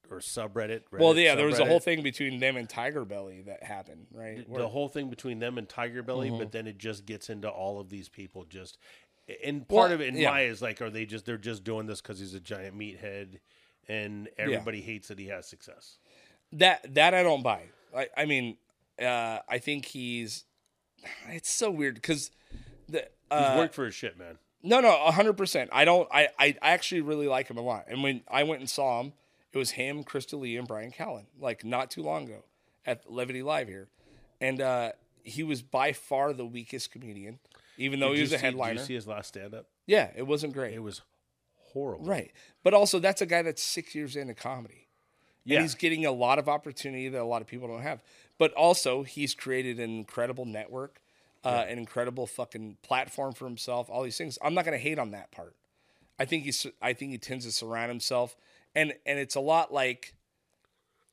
S2: or subreddit
S1: well,
S2: Reddit,
S1: yeah, there was a whole
S2: subreddit,
S1: thing between them and Tiger Belly that happened, right?
S2: th-
S1: Where-
S2: the whole thing between them and tiger belly
S1: Mm-hmm.
S2: but then it just gets into all of these people just and
S1: Well,
S2: part of it in
S1: yeah.
S2: my is like are they just they're just doing this because he's a giant meathead and everybody hates that he has success
S1: That that I don't buy. I, I mean, uh, I think he's. It's so weird because the
S2: he's
S1: uh,
S2: worked for his shit man
S1: no no hundred percent. I don't. I I actually really like him a lot. And when I went and saw him, it was him, Krista Lee, and Brian Callen. Like not too long ago at Levity Live here, and uh, he was by far the weakest comedian, even though
S2: Did
S1: oh, he
S2: you
S1: was a
S2: see- did
S1: headliner.
S2: you see his last stand-up
S1: yeah, it wasn't great.
S2: it was horrible
S1: right, but also that's a guy that's six years into comedy.
S2: yeah
S1: And he's getting a lot of opportunity that a lot of people don't have. But also, he's created an incredible network, uh, an incredible fucking platform for himself. All these things. I'm not going to hate on that part. I think he's. I think he tends to surround himself, and and it's a lot like.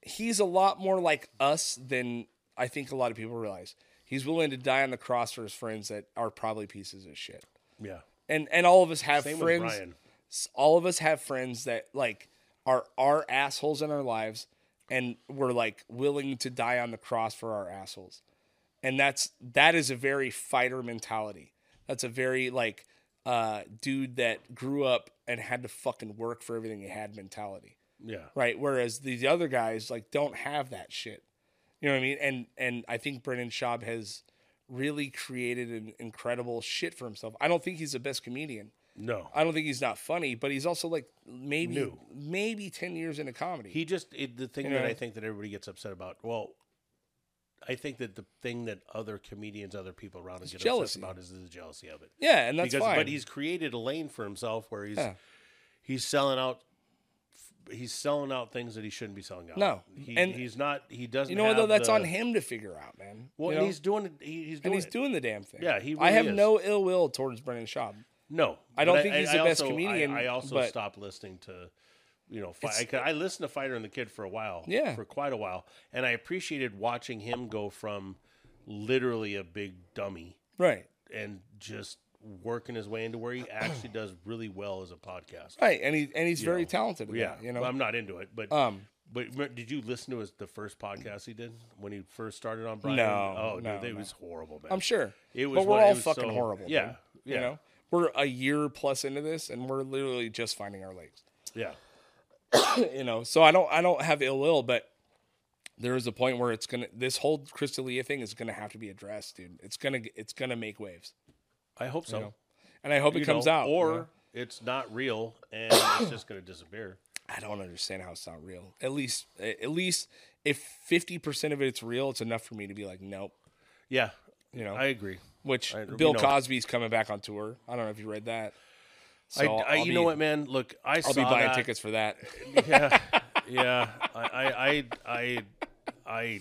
S1: He's a lot more like us than I think a lot of people realize. He's willing to die on the cross for his friends that are probably pieces of shit.
S2: yeah
S1: And and all of us have
S2: same
S1: friends
S2: with brian
S1: s- all of us have friends that like are are assholes in our lives and we're like willing to die on the cross for our assholes and that's that is a very fighter mentality that's a very like uh dude that grew up and had to fucking work for everything he had mentality
S2: yeah
S1: right whereas these other guys like don't have that shit you know what i mean and and i think brendan schaub has really created an incredible shit for himself i don't think he's the best comedian
S2: no
S1: I don't think he's not funny, but he's also like maybe
S2: New.
S1: maybe ten years into comedy.
S2: He just it, the thing
S1: You
S2: that
S1: know?
S2: I think that everybody gets upset about. Well, I think that the thing that other comedians, other people around him get
S1: jealousy.
S2: upset about is the jealousy of it.
S1: yeah, and that's
S2: because
S1: fine.
S2: but he's created a lane for himself where he's
S1: Yeah.
S2: he's selling out he's selling out things that he shouldn't be selling out.
S1: No.
S2: He,
S1: And-
S2: he's not he doesn't
S1: you know what
S2: have
S1: though? That's
S2: the-
S1: on him to figure out, man.
S2: Well,
S1: You
S2: and
S1: know?
S2: he's doing it. He, he's doing
S1: and he's
S2: it.
S1: doing the damn thing.
S2: Yeah, he
S1: I
S2: really
S1: have
S2: is.
S1: no ill will towards Brendan Schaub.
S2: No,
S1: I don't
S2: but
S1: think he's the best
S2: also- I-
S1: comedian,
S2: I, also
S1: but-
S2: stopped listening to, you know, fi- I, could- I listened to Fighter and the Kid for a while,
S1: Yeah.
S2: for quite a while, and I appreciated watching him go from literally a big dummy
S1: Right.
S2: and just working his way into where he actually does really well as a podcast.
S1: Right. And he and he's very
S2: know,
S1: talented. at
S2: Yeah,
S1: that, you know.
S2: Well, I'm not into it, but
S1: um
S2: but re- did you listen to his the first podcast he did when he first started on Brian?
S1: No,
S2: oh
S1: no,
S2: dude, it
S1: no.
S2: was horrible, man.
S1: I'm sure.
S2: It was
S1: but we're
S2: one- it
S1: all
S2: was
S1: fucking
S2: so-
S1: horrible.
S2: yeah,
S1: man.
S2: yeah.
S1: You know? We're a year plus into this and we're literally just finding our legs.
S2: Yeah,
S1: you know so i don't i don't have ill will but there is a point where it's gonna this whole crystalia thing is gonna have to be addressed dude it's gonna it's gonna make waves
S2: I hope so.
S1: you know and i hope it
S2: you
S1: comes
S2: know,
S1: out you
S2: or
S1: know?
S2: it's not real and it's just going to disappear.
S1: i don't understand how it's not real at least at least if 50% of it's real it's enough for me to be like nope
S2: Yeah,
S1: you know
S2: I agree.
S1: which
S2: I-
S1: bill
S2: you know.
S1: cosby's coming back on tour i don't know if you read that so
S2: I, I,
S1: I'll
S2: you know
S1: be-
S2: what, man? Look, I
S1: i'll
S2: saw
S1: be buying
S2: that.
S1: tickets for that
S2: Yeah, yeah. I, I, I, I, I,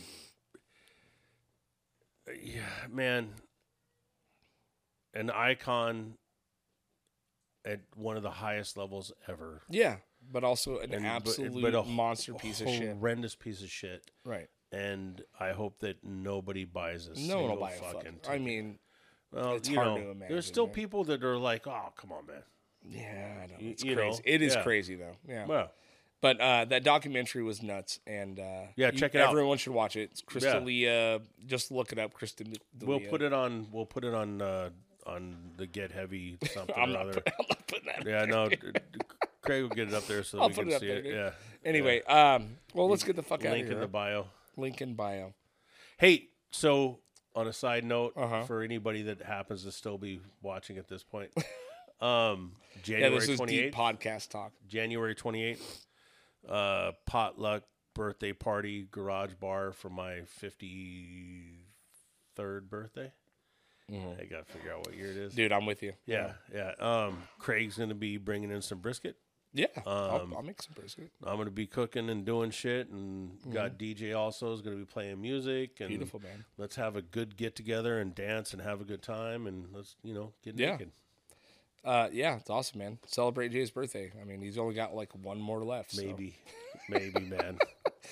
S2: yeah, man. An icon at one of the highest levels ever.
S1: yeah but also an
S2: And- but-
S1: absolute
S2: but a
S1: monster piece of shit
S2: horrendous piece of shit.
S1: right
S2: And I hope that nobody buys this.
S1: no one will buy a fucking i mean
S2: well,
S1: it's
S2: you
S1: hard
S2: know,
S1: to imagine,
S2: There's still
S1: man.
S2: people that are like, "Oh, come on, man."
S1: Yeah, I know.
S2: Y-
S1: It's
S2: you
S1: crazy.
S2: know,
S1: it is
S2: yeah.
S1: crazy though. Yeah.
S2: Well,
S1: But uh, that documentary was nuts, and uh,
S2: Yeah,
S1: you-
S2: check it out.
S1: Everyone should watch it. It's
S2: Yeah.
S1: Crystalia. Just look it up, Crystalia.
S2: We'll put it on. We'll put it on uh, on the get heavy something
S1: I'm
S2: or
S1: not,
S2: other.
S1: put, I'm not putting that.
S2: yeah, no. d- d- Craig will get it up there so
S1: I'll
S2: we
S1: put
S2: can
S1: it up
S2: see
S1: there.
S2: it.
S1: dude.
S2: Yeah.
S1: Anyway, um, well, let's get the fuck out of
S2: Link
S1: here.
S2: in the bio.
S1: link in bio.
S2: Hey, so on a side note,
S1: Uh-huh.
S2: for anybody that happens to still be watching at this point, um,
S1: Yeah,
S2: January
S1: this is
S2: twenty
S1: deep
S2: eighth,
S1: podcast talk.
S2: January twenty eighth, uh, potluck birthday party garage bar for my fifty third birthday. I gotta figure out what year it is.
S1: Mm-hmm. Dude, I'm with you.
S2: Yeah, yeah. Um, Craig's gonna be bringing in some brisket.
S1: Yeah. I'll,
S2: Um,
S1: I'll make some brisket.
S2: I'm gonna be cooking and doing shit, and got DJ also is gonna be playing music.
S1: Mm-hmm.
S2: And
S1: Beautiful, man.
S2: let's have a good get together and dance and have a good time and let's you know get
S1: Yeah.
S2: naked.
S1: Uh, yeah, it's awesome, man. Celebrate Jay's birthday. I mean, he's only got like one more left. so.
S2: Maybe, maybe, man,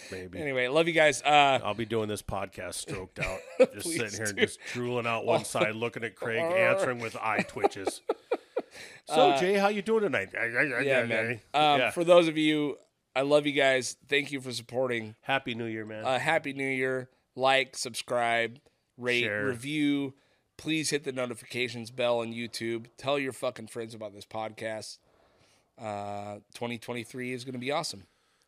S2: maybe.
S1: Anyway, love you guys. Uh,
S2: I'll be doing this podcast stroked out, just
S1: Please
S2: sitting here and
S1: do.
S2: just drooling out one side, looking at Craig, answering with eye twitches. So Jay, how you doing tonight?
S1: Uh, yeah, man. Um, For those of you, I love you guys. Thank you for supporting.
S2: Happy New Year, man.
S1: Uh, Happy New Year. Like, subscribe, rate,
S2: Share.
S1: review. Please hit the notifications bell on YouTube. Tell your fucking friends about this podcast. Uh, 2023 is going to be awesome.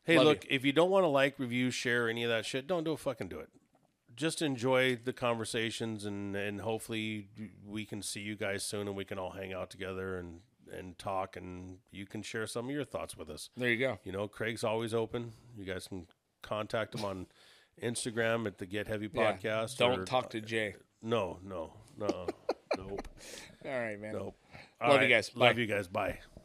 S2: hey,
S1: love
S2: look, if you don't want to like, review, share any of that shit, don't do fucking do it. Just enjoy the conversations and and hopefully we can see you guys soon and we can all hang out together and and talk and you can share some of your thoughts with us.
S1: There you go.
S2: You know, Craig's always open. You guys can contact him on Instagram at the Get Heavy
S1: Yeah.
S2: Podcast.
S1: Don't
S2: or- uh,
S1: talk to Jay.
S2: No, no, no, nope,
S1: All right, man.
S2: nope.
S1: Love you guys.
S2: Love
S1: Bye.
S2: you guys. Bye.